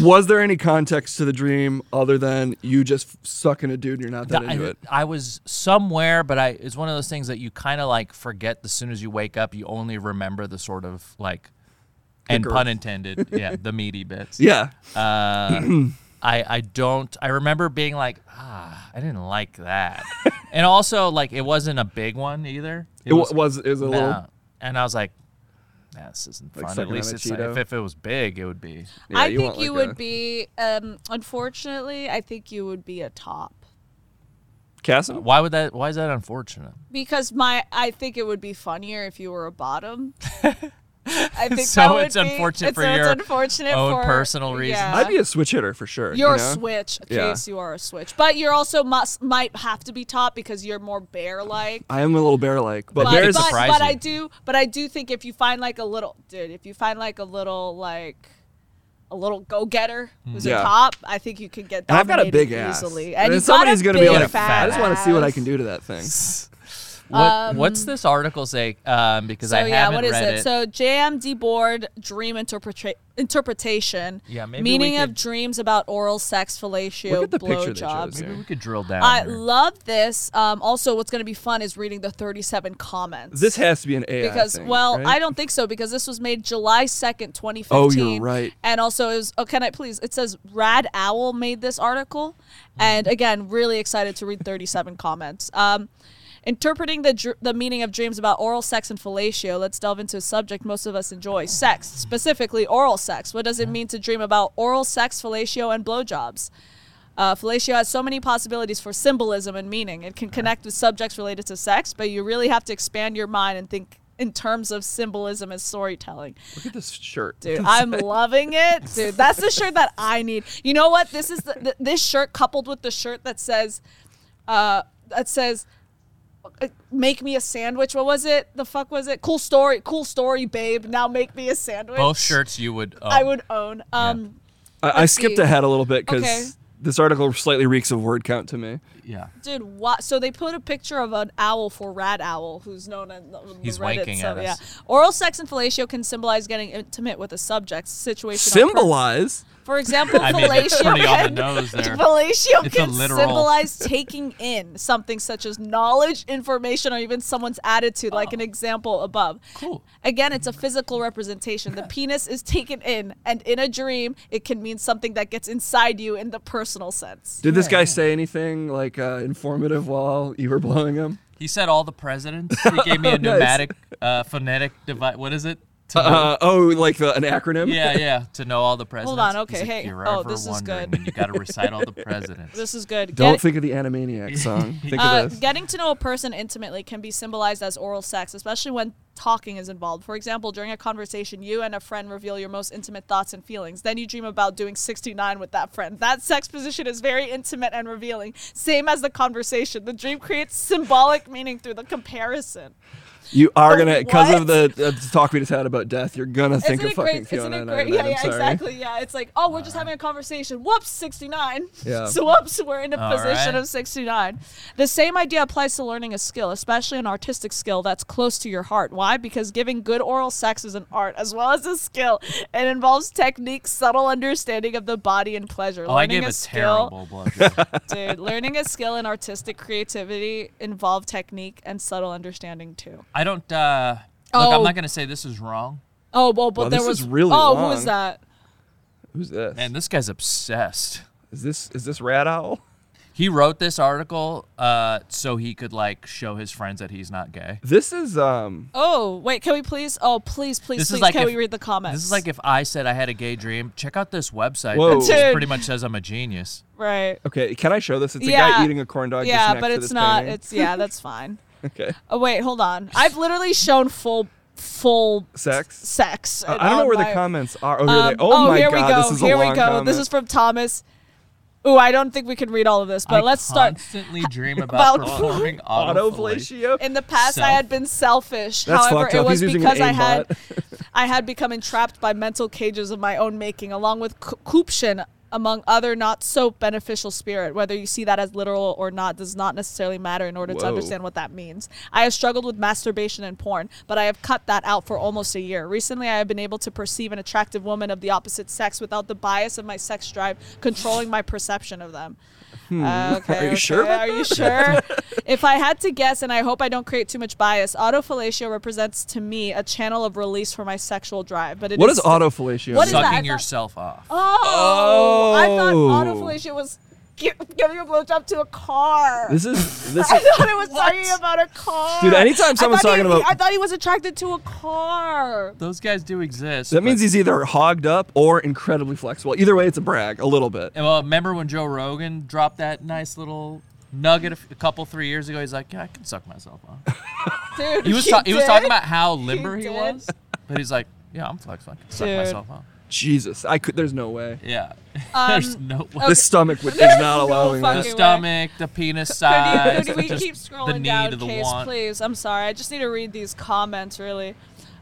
Speaker 3: Was there any context to the dream other than you just f- sucking a dude and you're not that
Speaker 4: I,
Speaker 3: into it?
Speaker 4: I was somewhere, but I it's one of those things that you kind of like forget as soon as you wake up. You only remember the sort of like, and
Speaker 3: girth.
Speaker 4: pun intended, yeah, the meaty bits.
Speaker 3: Yeah.
Speaker 4: Uh, I I don't. I remember being like, ah, I didn't like that, and also like it wasn't a big one either.
Speaker 3: It wa- was it was a
Speaker 4: nah.
Speaker 3: little.
Speaker 4: and I was like. nah, This isn't
Speaker 3: Like
Speaker 4: fun. At
Speaker 3: sucking on
Speaker 4: least
Speaker 3: a
Speaker 4: it's like,
Speaker 3: Cheeto.
Speaker 4: if, if it was big, it would be.
Speaker 3: Yeah,
Speaker 2: I
Speaker 3: you
Speaker 2: think
Speaker 3: want,
Speaker 2: you
Speaker 3: like,
Speaker 2: would
Speaker 3: a-
Speaker 2: be. Um, unfortunately, I think you would be a top
Speaker 3: Cassim?
Speaker 4: Why would that? Why is that unfortunate?
Speaker 2: because my I think it would be funnier if you were a bottom. I think
Speaker 4: So
Speaker 2: that would
Speaker 4: it's
Speaker 2: be-
Speaker 4: unfortunate for
Speaker 2: so it's
Speaker 4: your
Speaker 2: unfortunate
Speaker 4: own
Speaker 2: for-
Speaker 4: personal reasons.
Speaker 2: yeah.
Speaker 3: I'd be a switch hitter for sure.
Speaker 2: You're
Speaker 3: you know?
Speaker 2: a switch. Okay,
Speaker 3: Yeah.
Speaker 2: so you are a switch, but you're also must might have to be top because you're more bear like.
Speaker 3: I am a little bear like, but,
Speaker 2: but,
Speaker 3: bears.
Speaker 2: but,
Speaker 4: surprise
Speaker 2: but
Speaker 4: you.
Speaker 2: I do but I do think if you find like a little dude, if you find like a little like a little go getter who's
Speaker 3: Yeah.
Speaker 2: a top, I think you can get
Speaker 3: and I've got a
Speaker 2: dominated
Speaker 3: big ass.
Speaker 2: easily.
Speaker 3: And
Speaker 2: And, you
Speaker 3: somebody's
Speaker 2: got
Speaker 3: gonna
Speaker 2: a big
Speaker 3: be like,
Speaker 2: fat
Speaker 3: I just want to see what I
Speaker 2: ass.
Speaker 3: can do to that thing.
Speaker 4: What, what's this article say? Um, because
Speaker 2: So
Speaker 4: I
Speaker 2: yeah,
Speaker 4: haven't
Speaker 2: what is
Speaker 4: read
Speaker 2: it? So JMD board dream interpreta- interpretation.
Speaker 4: Yeah, maybe we
Speaker 2: meaning of
Speaker 4: could-
Speaker 2: dreams about oral sex, fellatio,
Speaker 3: Look at the picture they
Speaker 2: blowjobs.
Speaker 3: chose.
Speaker 4: Maybe we could drill down.
Speaker 2: I
Speaker 4: here.
Speaker 2: love this. Um, also, what's going to be fun is reading the 37 comments.
Speaker 3: This has to be an AI.
Speaker 2: because
Speaker 3: thing,
Speaker 2: well,
Speaker 3: right?
Speaker 2: I don't think so because this was made July 2nd, 2015.
Speaker 3: Oh, you're right.
Speaker 2: And also is oh, can I please? It says Rad Owl made this article, and again, really excited to read 37 comments. Um, interpreting the dr- the meaning of dreams about oral sex and fellatio. Let's delve into a subject most of us enjoy: sex, specifically oral sex. What does it mean to dream about oral sex, fellatio, and blowjobs? Uh, fellatio has so many possibilities for symbolism and meaning. It can connect with subjects related to sex, but you really have to expand your mind and think in terms of symbolism and storytelling.
Speaker 3: Look at this shirt.
Speaker 2: Dude, I'm loving it. Dude, that's the shirt that I need. You know what? This is the, th- this shirt coupled with the shirt that says uh that says uh, make me a sandwich. What was it? The fuck was it? Cool story. Cool story, babe. Now make me a sandwich.
Speaker 4: Both shirts you would. Own.
Speaker 2: I would own. Um
Speaker 3: I, I
Speaker 2: Let's
Speaker 3: skipped
Speaker 2: see.
Speaker 3: ahead a little bit because
Speaker 2: Okay.
Speaker 3: this article slightly reeks of word count to me.
Speaker 4: Yeah.
Speaker 2: dude, what so they put a picture of an owl for Rad Owl who's known as the
Speaker 4: He's
Speaker 2: Reddit
Speaker 4: winking
Speaker 2: sub,
Speaker 4: at
Speaker 2: yeah.
Speaker 4: us.
Speaker 2: Oral sex and fellatio can symbolize getting intimate with a subject situation.
Speaker 3: Symbolize.
Speaker 2: For example,
Speaker 4: I mean, it's
Speaker 2: fellatio
Speaker 4: pretty on
Speaker 2: can
Speaker 4: the nose there.
Speaker 2: Fellatio
Speaker 4: It's a
Speaker 2: can
Speaker 4: literal-
Speaker 2: symbolize taking in something such as knowledge, information, or even someone's attitude, like an example above.
Speaker 4: Oh. Cool.
Speaker 2: Again, it's a physical representation. The penis is taken in, and in a dream, it can mean something that gets inside you in the personal sense.
Speaker 3: Did this guy say anything like uh, informative while you were blowing him?
Speaker 4: He said all the presidents. He gave me a pneumatic uh, phonetic device. What is it? To know-
Speaker 3: Uh, oh, like the, an acronym?
Speaker 4: yeah, yeah. To know all the presidents.
Speaker 2: on,
Speaker 4: He's
Speaker 2: okay,
Speaker 4: like,
Speaker 2: hey,
Speaker 4: "If you're
Speaker 2: oh,
Speaker 4: ever
Speaker 2: this is
Speaker 4: wondering,
Speaker 2: good.
Speaker 4: then You got to recite all the presidents.
Speaker 2: This is good.
Speaker 3: Don't
Speaker 2: Get-
Speaker 3: think of the Animaniac song. Think
Speaker 2: Uh,
Speaker 3: of this.
Speaker 2: getting to know a person intimately can be symbolized as oral sex, especially when talking is involved. For example, during a conversation, you and a friend reveal your most intimate thoughts and feelings. Then you dream about doing 69 with that friend. That sex position is very intimate and revealing, same as the conversation. The dream creates symbolic meaning through the comparison.
Speaker 3: You are gonna because of the
Speaker 2: oh, What?
Speaker 3: uh, talk we just had about death. You're gonna think
Speaker 2: isn't
Speaker 3: of
Speaker 2: it great?
Speaker 3: fucking
Speaker 2: Isn't
Speaker 3: Fiona
Speaker 2: it
Speaker 3: and
Speaker 2: great?
Speaker 3: Iron
Speaker 2: Yeah,
Speaker 3: Man,
Speaker 2: yeah,
Speaker 3: I'm sorry. Uh.
Speaker 2: exactly. Yeah, it's like, oh, we're just having a conversation. Whoops, 69.
Speaker 3: Yeah.
Speaker 2: So whoops, we're in a
Speaker 4: All
Speaker 2: position
Speaker 4: right.
Speaker 2: of 69. The same idea applies to learning a skill, especially an artistic skill that's close to your heart. Why? Because giving good oral sex is an art as well as a skill. It involves technique, subtle understanding of the body and pleasure.
Speaker 4: oh, I gave a, terrible blowjob.
Speaker 2: Dude, learning a skill in artistic creativity involve technique and subtle understanding too.
Speaker 4: I don't. Uh, Look, I'm
Speaker 2: Oh.
Speaker 4: not gonna say this is wrong.
Speaker 2: Oh well, but
Speaker 3: Wow,
Speaker 2: there
Speaker 3: this
Speaker 2: was
Speaker 3: is really
Speaker 2: oh, who
Speaker 3: long.
Speaker 2: was that?
Speaker 3: Who's this?
Speaker 4: Man, this guy's obsessed.
Speaker 3: Is this is this Rat Owl?
Speaker 4: He wrote this article uh, so he could like show his friends that he's not gay.
Speaker 3: This is um.
Speaker 2: Oh, wait, can we please? Oh, please, please,
Speaker 4: This is
Speaker 2: please,
Speaker 4: like
Speaker 2: can
Speaker 4: if-
Speaker 2: we read the comments?
Speaker 4: This is like if I said I had a gay dream. Check out this website.
Speaker 3: Whoa.
Speaker 4: That just
Speaker 2: Dude.
Speaker 4: pretty much says I'm a genius.
Speaker 2: Right.
Speaker 3: Okay, can I show this? It's a
Speaker 2: Yeah.
Speaker 3: guy eating a corn dog. just
Speaker 2: Yeah,
Speaker 3: next
Speaker 2: but
Speaker 3: to
Speaker 2: it's
Speaker 3: this
Speaker 2: not.
Speaker 3: painting.
Speaker 2: It's, yeah, that's fine.
Speaker 3: okay.
Speaker 2: Oh, wait, hold on. I've literally shown full, full
Speaker 3: Sex.
Speaker 2: sex.
Speaker 3: Uh, I don't know
Speaker 2: on
Speaker 3: where
Speaker 2: my-
Speaker 3: the comments are. Oh, here
Speaker 2: Um,
Speaker 3: they. Oh, my
Speaker 2: here
Speaker 3: god,
Speaker 2: we go.
Speaker 3: this is
Speaker 2: here
Speaker 3: a long
Speaker 2: we go.
Speaker 3: comment.
Speaker 2: This is from Thomas. Ooh, I don't think we can read all of this, but
Speaker 4: I
Speaker 2: let's start.
Speaker 4: Constantly dream about
Speaker 2: about-
Speaker 4: performing autofillatio.
Speaker 3: autoflatio.
Speaker 2: In the past, I
Speaker 4: Self.
Speaker 2: had been selfish.
Speaker 3: That's
Speaker 2: However,
Speaker 3: fucked
Speaker 2: it
Speaker 3: up.
Speaker 2: was
Speaker 3: He's using an
Speaker 2: because I had,
Speaker 3: aimbot.
Speaker 2: I had become entrapped by mental cages of my own making, along with co- cooption, among other not so beneficial spirit. Whether you see that as literal or not does not necessarily matter in order to
Speaker 3: Whoa.
Speaker 2: understand what that means. I have struggled with masturbation and porn, but I have cut that out for almost a year. Recently, I have been able to perceive an attractive woman of the opposite sex without the bias of my sex drive controlling my perception of them. Uh, okay,
Speaker 3: Hmm. Are you
Speaker 2: okay.
Speaker 3: sure about
Speaker 2: Are you sure? if I had to guess, and I hope I don't create too much bias, autofellatio represents to me a channel of release for my sexual drive. But it
Speaker 3: What is
Speaker 2: still-
Speaker 3: autofillatio?
Speaker 2: What is that? I
Speaker 4: Sucking
Speaker 2: thought-
Speaker 4: yourself off.
Speaker 2: Oh, I thought
Speaker 3: Oh.
Speaker 2: autofellatio was gi- giving a blowjob to a car.
Speaker 3: This is this.
Speaker 2: I
Speaker 3: Is,
Speaker 2: thought it was talking about a car.
Speaker 3: Dude, anytime
Speaker 2: I
Speaker 3: someone's
Speaker 2: thought he-
Speaker 3: talking about-
Speaker 2: I thought he was attracted to a car.
Speaker 4: Those guys do exist.
Speaker 3: that means
Speaker 4: but-
Speaker 3: he's either hogged up or incredibly flexible. Either way, it's a brag, a little bit.
Speaker 4: And, Well, remember when Joe Rogan dropped that nice little nugget a, f- a couple three years ago? He's like, yeah, I can suck myself off.
Speaker 2: Dude,
Speaker 4: He was ta- he was
Speaker 2: did?
Speaker 4: talking about how limber he,
Speaker 2: did.
Speaker 4: was, but he's like, yeah, I'm flexible. I can suck
Speaker 2: Dude.
Speaker 4: myself off.
Speaker 3: Jesus, I could. There's no way.
Speaker 4: Yeah.
Speaker 2: Um,
Speaker 4: There's no way.
Speaker 2: Okay.
Speaker 3: This stomach would, is
Speaker 2: There's
Speaker 3: not
Speaker 2: no
Speaker 3: allowing
Speaker 4: The
Speaker 2: fucking-
Speaker 3: that.
Speaker 4: stomach, the penis size,
Speaker 2: Could, you, could we
Speaker 4: uh, just
Speaker 2: keep
Speaker 4: the
Speaker 2: scrolling
Speaker 4: need,
Speaker 2: down,
Speaker 4: the
Speaker 2: case,
Speaker 4: want.
Speaker 2: please? I'm sorry. I just need to read these comments, really.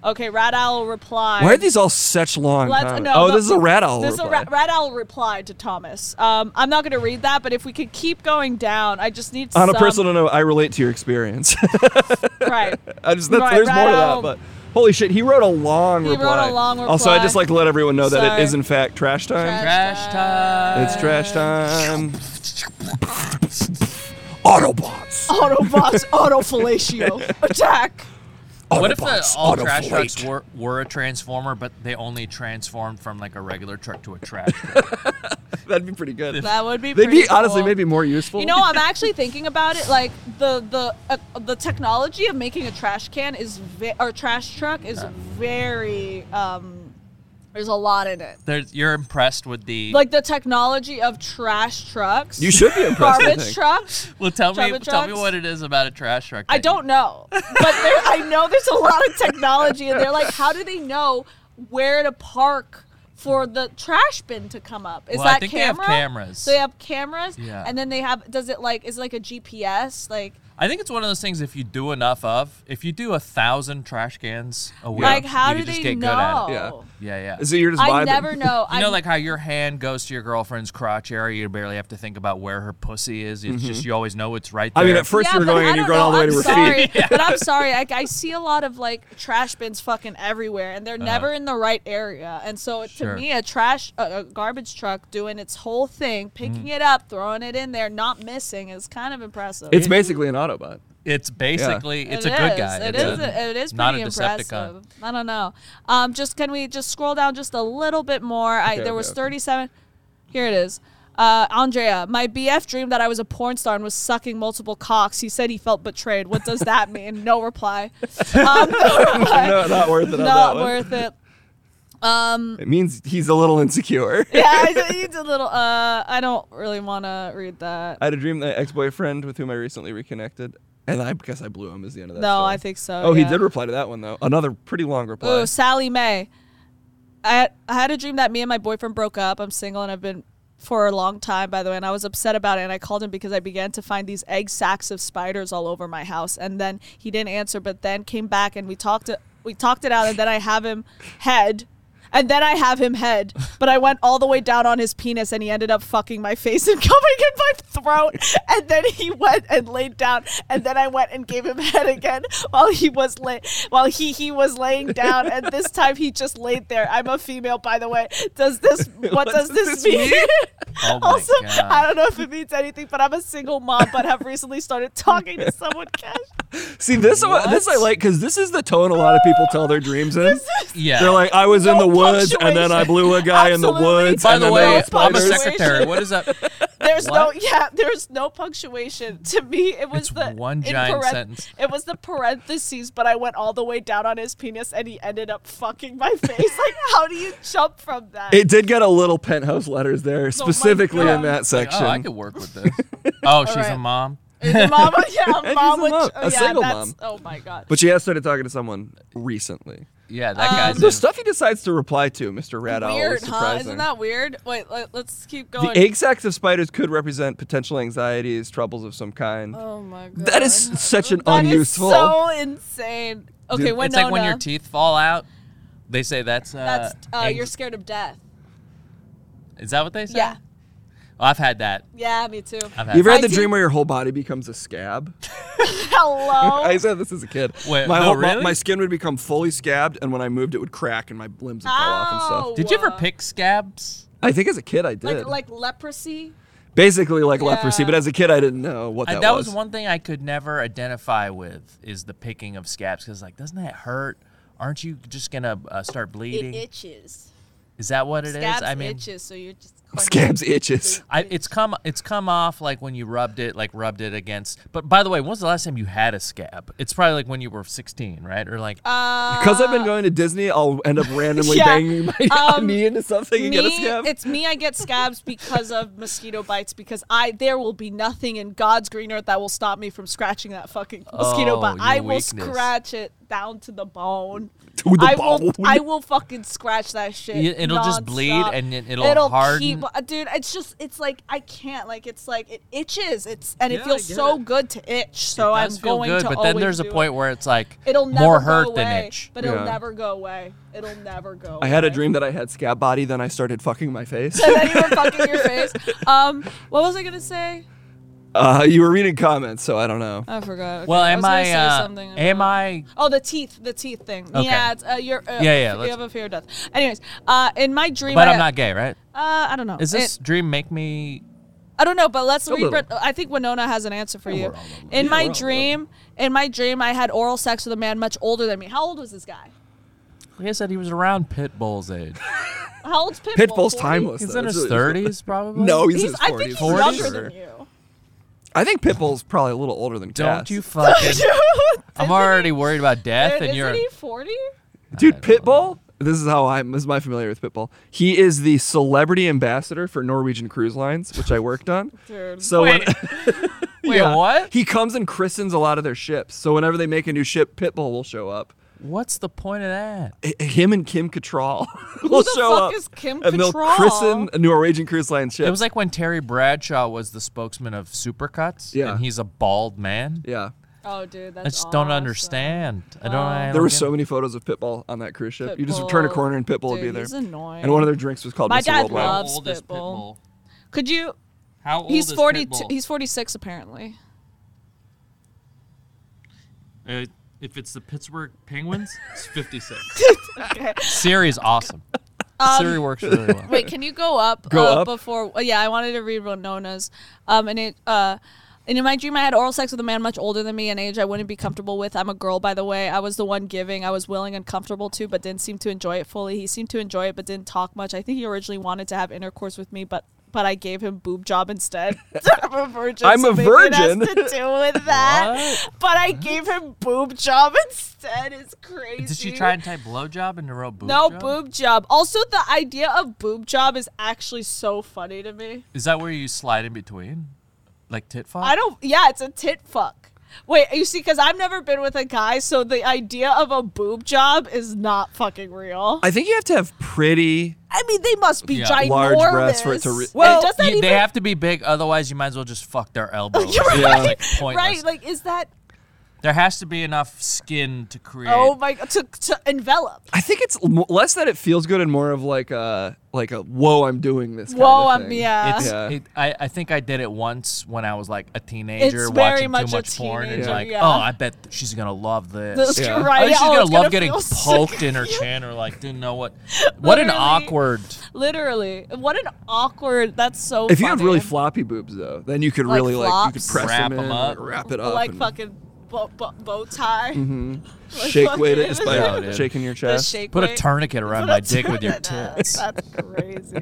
Speaker 2: Okay, Rat Owl replied.
Speaker 3: Why are these all such long?
Speaker 2: Let's-
Speaker 3: comments?
Speaker 2: no,
Speaker 3: oh,
Speaker 2: no,
Speaker 3: this is a rat owl.
Speaker 2: This is a
Speaker 3: reply.
Speaker 2: ra- Rat Owl replied to Thomas. Um, I'm not going to read that, but if we could keep going down, I just need
Speaker 3: On a
Speaker 2: some-
Speaker 3: personal note, I relate to your experience.
Speaker 2: right.
Speaker 3: I just, that's,
Speaker 2: Right,
Speaker 3: there's
Speaker 2: right
Speaker 3: more to
Speaker 2: on.
Speaker 3: that, but holy shit, he wrote a long
Speaker 2: He wrote a
Speaker 3: reply.
Speaker 2: long
Speaker 3: Also, I
Speaker 2: reply.
Speaker 3: just like to let everyone know that
Speaker 2: Sorry.
Speaker 3: it is in fact trash time.
Speaker 4: Trash time.
Speaker 3: It's trash time. Autobots.
Speaker 2: Autobots, autofellatio, attack.
Speaker 4: What if the
Speaker 3: Autobots,
Speaker 4: all trash
Speaker 3: Autoflate.
Speaker 4: trucks were, were a transformer, but they only transformed from like a regular truck to a trash truck?
Speaker 3: That'd be pretty good.
Speaker 2: That would be.
Speaker 3: They'd
Speaker 2: pretty
Speaker 3: be honestly
Speaker 2: cool.
Speaker 3: maybe more useful.
Speaker 2: You know, I'm actually thinking about it. Like the the uh, the technology of making a trash can is ve- or trash truck is very. Um, there's a lot in it.
Speaker 4: There's, you're impressed with the.
Speaker 2: Like the technology of trash trucks.
Speaker 3: you should be impressed. I
Speaker 2: garbage
Speaker 3: think.
Speaker 2: trucks.
Speaker 4: well, tell me,
Speaker 2: Java
Speaker 4: tell me
Speaker 2: trucks?
Speaker 4: what it is about a trash truck.
Speaker 2: I
Speaker 4: that you-
Speaker 2: don't know, but there, I know there's a lot of technology, and they're like, how do they know where to park for the trash bin to come up? Is
Speaker 4: Well, I
Speaker 2: that
Speaker 4: think they have
Speaker 2: camera?
Speaker 4: cameras.
Speaker 2: So they have cameras,
Speaker 4: Yeah.
Speaker 2: and then they have. Does it like is it like a GPS? Like
Speaker 4: I think it's one of those things if you do enough of, if you do a thousand trash cans a week,
Speaker 2: like how
Speaker 4: you
Speaker 2: do
Speaker 4: could just
Speaker 2: they
Speaker 4: get
Speaker 2: know?
Speaker 4: good at it.
Speaker 3: Yeah.
Speaker 4: Yeah, yeah.
Speaker 3: So you're just
Speaker 2: I
Speaker 3: vibing.
Speaker 2: never know.
Speaker 4: You
Speaker 2: I
Speaker 4: know, like how your hand goes to your girlfriend's crotch area, you barely have to think about where her pussy is. It's just you always know it's right there.
Speaker 3: Mm-hmm. I mean, at first
Speaker 2: yeah,
Speaker 3: you were
Speaker 2: but
Speaker 3: going
Speaker 2: I
Speaker 3: and you're
Speaker 2: don't
Speaker 3: going all the
Speaker 2: know.
Speaker 3: way to
Speaker 2: I'm
Speaker 3: her feet.
Speaker 2: sorry, but I'm sorry. Like I see a lot of like trash bins fucking everywhere, and
Speaker 3: Uh-huh.
Speaker 2: they're never in the right area. And so it-
Speaker 4: Sure.
Speaker 2: to me, a trash a, a garbage truck doing its whole thing,
Speaker 3: Mm-hmm.
Speaker 2: picking it up, throwing it in there, not missing is kind of impressive.
Speaker 3: It's basically an Autobot.
Speaker 4: it's basically
Speaker 2: It
Speaker 4: it's a good
Speaker 2: is.
Speaker 4: guy.
Speaker 2: It
Speaker 4: It's
Speaker 2: is.
Speaker 4: a-
Speaker 2: A, it is pretty
Speaker 4: not a Decepticon.
Speaker 2: impressive. I don't know. Um, just can we just scroll down just a little bit more? I,
Speaker 3: Okay,
Speaker 2: there
Speaker 3: okay,
Speaker 2: was
Speaker 3: okay.
Speaker 2: 37. Here it is. Uh, Andrea, my BF dreamed that I was a porn star and was sucking multiple cocks. He said he felt betrayed. What does that mean? No reply. Um, no reply.
Speaker 3: No, not worth it. on that
Speaker 2: Not
Speaker 3: one.
Speaker 2: worth it.
Speaker 3: It means he's a little insecure.
Speaker 2: Yeah, I, it's a little. Uh, I don't really want to read that.
Speaker 3: I had a dream that ex-boyfriend with whom I recently reconnected, and I guess I blew him is the end of that.
Speaker 2: No,
Speaker 3: story.
Speaker 2: I think so.
Speaker 3: Oh,
Speaker 2: yeah.
Speaker 3: he did reply to that one though. Another pretty long reply.
Speaker 2: Oh, Sally May. I had, I had a dream that me and my boyfriend broke up. I'm single and I've been for a long time, by the way, and I was upset about it. And I called him because I began to find these egg sacks of spiders all over my house. And then he didn't answer, but then came back and we talked. It, we talked it out, and then I have him head. And then I have him head, but I went all the way down on his penis, and he ended up fucking my face and coming in my throat. And then he went and laid down, and then I went and gave him head again while he was lay- while he he was laying down. And this time he just laid there. I'm a female, by the way. Does this what, does, this, mean?
Speaker 4: Oh my
Speaker 2: also,
Speaker 4: God.
Speaker 2: I don't know if it means anything, but I'm a single mom, but have recently started talking to someone. Cash,
Speaker 3: See this one, this I like because this is the tone a lot of people tell their dreams in.
Speaker 4: yeah.
Speaker 3: They're like, I was in
Speaker 2: No
Speaker 3: the woods and then I
Speaker 2: punctuation.
Speaker 3: blew a guy in the
Speaker 2: Absolutely.
Speaker 3: woods.
Speaker 4: By
Speaker 3: and
Speaker 4: the
Speaker 3: then there
Speaker 4: way,
Speaker 3: were
Speaker 4: I'm a
Speaker 3: spiders."
Speaker 2: punctuation.
Speaker 4: secretary. What is that? Oh,
Speaker 2: There's
Speaker 4: What?
Speaker 2: no yeah, there's no punctuation. To me, it
Speaker 4: It's
Speaker 2: was the
Speaker 4: one
Speaker 2: in
Speaker 4: giant sentence.
Speaker 2: It was the parentheses, but I went all the way down on his penis, and he ended up fucking my face. like, how do you jump from that?
Speaker 3: It did get a little penthouse letters
Speaker 2: Oh
Speaker 3: there, specifically in
Speaker 2: God.
Speaker 3: that
Speaker 4: Like,
Speaker 3: section.
Speaker 4: oh, I could work with this. Oh, she's a
Speaker 2: right.
Speaker 4: mom.
Speaker 2: Is mama, yeah,
Speaker 3: she's
Speaker 2: mom,
Speaker 3: a
Speaker 2: which,
Speaker 3: mom,
Speaker 2: oh,
Speaker 3: a
Speaker 2: yeah,
Speaker 3: single
Speaker 2: that's,
Speaker 3: mom.
Speaker 2: Oh my god.
Speaker 3: but she has started talking to someone recently.
Speaker 4: Yeah, that
Speaker 2: Um,
Speaker 4: guy's
Speaker 3: The
Speaker 4: in-
Speaker 3: stuff he decides to reply to, Mr. Rat Owl,
Speaker 2: weird,
Speaker 3: is
Speaker 2: huh?
Speaker 3: surprising.
Speaker 2: Isn't that weird? Wait, let, us keep going.
Speaker 3: The egg sacs of spiders could represent potential anxieties, troubles of some kind.
Speaker 2: oh my god.
Speaker 3: that is such an
Speaker 2: That is
Speaker 3: unuseful.
Speaker 2: so insane. Okay,
Speaker 3: Dude,
Speaker 2: Winona.
Speaker 4: It's like when your teeth fall out. They say that's uh,
Speaker 2: that's uh,
Speaker 4: anx-
Speaker 2: you're scared of death.
Speaker 4: Is that what they say?
Speaker 2: Yeah.
Speaker 4: Well, I've had that.
Speaker 2: Yeah, me too.
Speaker 4: I've had
Speaker 3: you ever
Speaker 4: that.
Speaker 3: had
Speaker 2: My
Speaker 3: the
Speaker 2: teeth-
Speaker 3: dream where your whole body becomes a scab?
Speaker 2: Hello.
Speaker 3: I said this as a kid.
Speaker 4: Wait,
Speaker 3: my
Speaker 4: no,
Speaker 3: whole, my-
Speaker 4: really?
Speaker 3: my skin would become fully scabbed, and when I moved, it would crack, and my limbs would fall off and
Speaker 2: Ow.
Speaker 3: stuff.
Speaker 4: Did you ever
Speaker 2: uh,
Speaker 4: pick scabs?
Speaker 3: I think as a kid I did.
Speaker 2: like like leprosy.
Speaker 3: Basically like leprosy,
Speaker 2: Yeah.
Speaker 3: but as a kid I didn't know what
Speaker 4: I-
Speaker 3: that,
Speaker 4: was. one thing I could never identify with is the picking of scabs because like doesn't that hurt? Aren't you just gonna uh, start bleeding?
Speaker 2: It itches.
Speaker 4: is that what it is?
Speaker 2: Scabs
Speaker 4: I mean,
Speaker 2: itches, so you're just
Speaker 3: Scabs itches.
Speaker 4: I, it's come it's come off like when you rubbed it like rubbed it against. But by the way, when was the last time you had a scab? It's probably like when you were 16, right? Or like
Speaker 2: Uh,
Speaker 3: Because I've been going to Disney, I'll end up randomly
Speaker 2: Yeah.
Speaker 3: banging my
Speaker 2: Um,
Speaker 3: knee into something and
Speaker 2: me,
Speaker 3: get a scab.
Speaker 2: it's me. I get scabs because of mosquito bites. Because I, there will be nothing in God's green earth that will stop me from scratching that fucking mosquito
Speaker 4: Oh,
Speaker 2: bite.
Speaker 4: your
Speaker 2: I will
Speaker 4: weakness.
Speaker 2: scratch it down to the bone.
Speaker 3: to the
Speaker 2: I
Speaker 3: bone.
Speaker 2: will, I will fucking scratch that shit.
Speaker 4: Yeah, it'll just bleed
Speaker 2: nonstop.
Speaker 4: and it- it'll harden.
Speaker 2: keep- uh, dude, it's just, it's like I can't. Like it's like it itches. It's and it
Speaker 4: Yeah, I
Speaker 2: feels
Speaker 4: get
Speaker 2: so
Speaker 4: it.
Speaker 2: good to itch. So
Speaker 4: it
Speaker 2: I'm
Speaker 4: does feel
Speaker 2: going
Speaker 4: good,
Speaker 2: to
Speaker 4: but then
Speaker 2: always
Speaker 4: there's a
Speaker 2: do
Speaker 4: point where it's like
Speaker 2: It. will never
Speaker 4: more
Speaker 2: go
Speaker 4: hurt
Speaker 2: away,
Speaker 4: than itch.
Speaker 2: but it'll
Speaker 3: Yeah.
Speaker 2: never go away. It'll never go.
Speaker 3: I had a
Speaker 2: away.
Speaker 3: dream that I had scab body, then I started fucking my face.
Speaker 2: and then you were fucking your face. Um, what was I gonna say?
Speaker 3: Uh, you were reading comments, so I don't know.
Speaker 2: I forgot. Okay,
Speaker 4: Well, am
Speaker 2: was gonna
Speaker 4: I?
Speaker 2: say
Speaker 4: uh,
Speaker 2: something
Speaker 4: am
Speaker 2: about-
Speaker 4: I?
Speaker 2: Oh, the teeth, the teeth thing.
Speaker 4: Okay.
Speaker 2: Yeah, it's, uh, you're. Uh,
Speaker 4: Yeah, yeah,
Speaker 2: You
Speaker 4: let's-
Speaker 2: have a fear of death. Anyways, uh, in my dream,
Speaker 4: But
Speaker 2: I,
Speaker 4: I'm not gay, right?
Speaker 2: Uh, I don't know.
Speaker 4: Is this
Speaker 2: It-
Speaker 4: dream make me?
Speaker 2: I don't know, but let's
Speaker 3: little.
Speaker 2: read. I think Winona has an answer for you.
Speaker 3: we're all level.
Speaker 2: In
Speaker 3: Yeah,
Speaker 2: my
Speaker 3: we're all
Speaker 2: dream, in my dream, I had oral sex with a man much older than me. How old was this guy?
Speaker 4: He said he was around Pitbull's age.
Speaker 2: How old's Pitbull?
Speaker 3: Pitbull's
Speaker 2: 40?
Speaker 3: timeless.
Speaker 4: He's
Speaker 3: though.
Speaker 4: in
Speaker 3: It's
Speaker 4: his
Speaker 3: really-
Speaker 4: thirties, probably.
Speaker 3: No, he's, in
Speaker 2: He's,
Speaker 3: his
Speaker 2: I
Speaker 3: 40s.
Speaker 2: think he's
Speaker 4: Forty?
Speaker 2: younger
Speaker 4: Sure.
Speaker 2: than you.
Speaker 3: I think Pitbull's probably a little older than
Speaker 4: Don't
Speaker 3: Cass.
Speaker 4: you fucking. I'm already worried about death,
Speaker 2: Dude,
Speaker 4: and you're.
Speaker 2: Isn't he forty?
Speaker 3: Dude, Pitbull. This is how I'm. This is my familiar with Pitbull. He is the celebrity ambassador for Norwegian Cruise Lines, which I worked on.
Speaker 2: Dude.
Speaker 3: So when,
Speaker 4: Wait, what?
Speaker 3: he comes and christens a lot of their ships. So whenever they make a new ship, Pitbull will show up.
Speaker 4: What's the point of that?
Speaker 3: I- him and Kim Cattrall will
Speaker 2: the
Speaker 3: show
Speaker 2: fuck
Speaker 3: up.
Speaker 2: is Kim
Speaker 3: and they'll
Speaker 2: Cattrall?
Speaker 3: christen a Norwegian Cruise Line ship.
Speaker 4: It was like when Terry Bradshaw was the spokesman of Supercuts,
Speaker 3: Yeah.
Speaker 4: and he's a bald man.
Speaker 3: yeah.
Speaker 2: Oh, dude, that's.
Speaker 4: I just
Speaker 2: awesome.
Speaker 4: don't understand. I don't. I
Speaker 3: There
Speaker 4: don't
Speaker 3: were
Speaker 4: get
Speaker 3: so
Speaker 4: it.
Speaker 3: many photos of Pitbull on that cruise ship. You just turn a
Speaker 2: Pitbull.
Speaker 3: corner and Pitbull would be
Speaker 2: Dude,
Speaker 3: there.
Speaker 2: he's annoying.
Speaker 3: And one of their drinks was called
Speaker 2: My
Speaker 3: Mr.
Speaker 2: dad
Speaker 3: Worldwide.
Speaker 2: loved- How old is Pitbull? Could you?
Speaker 4: How old
Speaker 2: He's forty. He's forty-six apparently.
Speaker 4: Uh, if it's the Pittsburgh Penguins, it's 56.
Speaker 2: Okay. Um,
Speaker 4: Siri's awesome. Siri works really well.
Speaker 2: Wait, can you go up,
Speaker 3: Go
Speaker 2: uh,
Speaker 3: up?
Speaker 2: before? uh, yeah, I wanted to read Ronona's. Um, and it uh. And in my dream, I had oral sex with a man much older than me, an age I wouldn't be comfortable with. I'm a girl, by the way. I was the one giving. I was willing and comfortable to, but didn't seem to enjoy it fully. He seemed to enjoy it, but didn't talk much. I think he originally wanted to have intercourse with me, but but I gave him boob job instead. I'm a virgin.
Speaker 3: I'm
Speaker 2: so
Speaker 3: a
Speaker 2: maybe it has
Speaker 3: virgin.
Speaker 2: to do with that.
Speaker 4: What?
Speaker 2: But I gave him boob job instead. It's crazy.
Speaker 4: Did she try and type blowjob and wrote boob?
Speaker 2: No
Speaker 4: job?
Speaker 2: boob job. Also, the idea of boob job is actually so funny to me.
Speaker 4: Is that where you slide in between, like tit fuck?
Speaker 2: I don't. Yeah, it's a tit fuck. Wait, you see, because I've never been with a guy, so the idea of a boob job is not fucking real.
Speaker 3: I think you have to have pretty.
Speaker 2: I mean, they must be
Speaker 4: Yeah.
Speaker 2: ginormous.
Speaker 3: Large breasts for it to re-
Speaker 2: And
Speaker 3: Well,
Speaker 2: does that
Speaker 4: You-
Speaker 2: even-
Speaker 4: they have to be big, otherwise you might as well just fuck their elbow.
Speaker 2: You're
Speaker 3: Yeah.
Speaker 2: right,
Speaker 4: Like, pointless.
Speaker 2: right? Like, is that?
Speaker 4: there has to be enough skin to create.
Speaker 2: Oh my god, to, to envelop.
Speaker 3: I think it's m- less that it feels good and more of like a like a whoa, I'm doing this.
Speaker 2: Whoa,
Speaker 3: kind of
Speaker 2: I'm
Speaker 3: thing.
Speaker 2: yeah.
Speaker 4: It's,
Speaker 3: Yeah.
Speaker 4: it, I, I think I did it once when I was like a teenager
Speaker 2: It's very
Speaker 4: watching
Speaker 2: much
Speaker 4: too
Speaker 2: a
Speaker 4: much porn and
Speaker 2: teenager,
Speaker 4: like,
Speaker 2: yeah.
Speaker 4: oh, I bet th- she's gonna love this.
Speaker 2: That's
Speaker 3: Yeah.
Speaker 2: right.
Speaker 4: I think she's
Speaker 2: Oh,
Speaker 4: gonna
Speaker 2: it's
Speaker 4: love getting
Speaker 2: feel sick.
Speaker 4: poked in her chin or like didn't know what. What an
Speaker 2: Literally.
Speaker 4: awkward.
Speaker 2: Literally, what an awkward. That's so.
Speaker 3: If you had
Speaker 2: funny.
Speaker 3: really floppy boobs though, then you could
Speaker 2: Like
Speaker 3: really like you
Speaker 2: flops?
Speaker 3: could press
Speaker 4: Wrap
Speaker 3: them in,
Speaker 4: 'em up.
Speaker 3: like, wrap it up,
Speaker 2: like
Speaker 3: and Mm-hmm.
Speaker 2: fucking bo- bo- bow tie. Like
Speaker 3: shake
Speaker 2: fucking-
Speaker 3: weight it by
Speaker 4: Yeah, dude.
Speaker 3: shaking your
Speaker 2: the
Speaker 3: chest.
Speaker 2: shake
Speaker 4: Put a
Speaker 2: weight.
Speaker 4: tourniquet around
Speaker 2: Put
Speaker 4: my
Speaker 2: a
Speaker 4: dick with your
Speaker 2: turn-
Speaker 4: tits.
Speaker 2: That's crazy.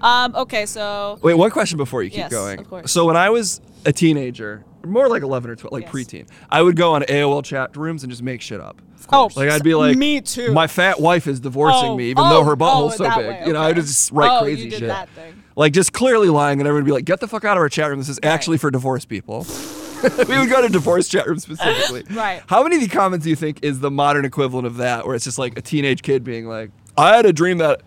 Speaker 2: um, okay, so
Speaker 3: Wait, one question before you keep
Speaker 2: Yes,
Speaker 3: going.
Speaker 2: of course.
Speaker 3: So when I was a teenager, more like 11 or 12, like
Speaker 2: Yes.
Speaker 3: preteen, I would go on AOL chat rooms and just make shit up.
Speaker 2: oh,
Speaker 3: Like I'd be like,
Speaker 2: me too.
Speaker 3: My fat wife is divorcing
Speaker 2: Oh,
Speaker 3: me, even
Speaker 2: oh,
Speaker 3: though her
Speaker 2: oh,
Speaker 3: butthole's so
Speaker 2: that
Speaker 3: big.
Speaker 2: way,
Speaker 3: You know, I
Speaker 2: okay.
Speaker 3: would just write
Speaker 2: Oh,
Speaker 3: crazy
Speaker 2: you did
Speaker 3: shit.
Speaker 2: that thing.
Speaker 3: Like just clearly lying, and everyone would be like, "Get the fuck out of our chat room. This is actually for divorce people." we would go to divorce chat rooms specifically.
Speaker 2: Right.
Speaker 3: How many of the comments do you think is the modern equivalent of that, where it's just like a teenage kid being like, "I had a dream that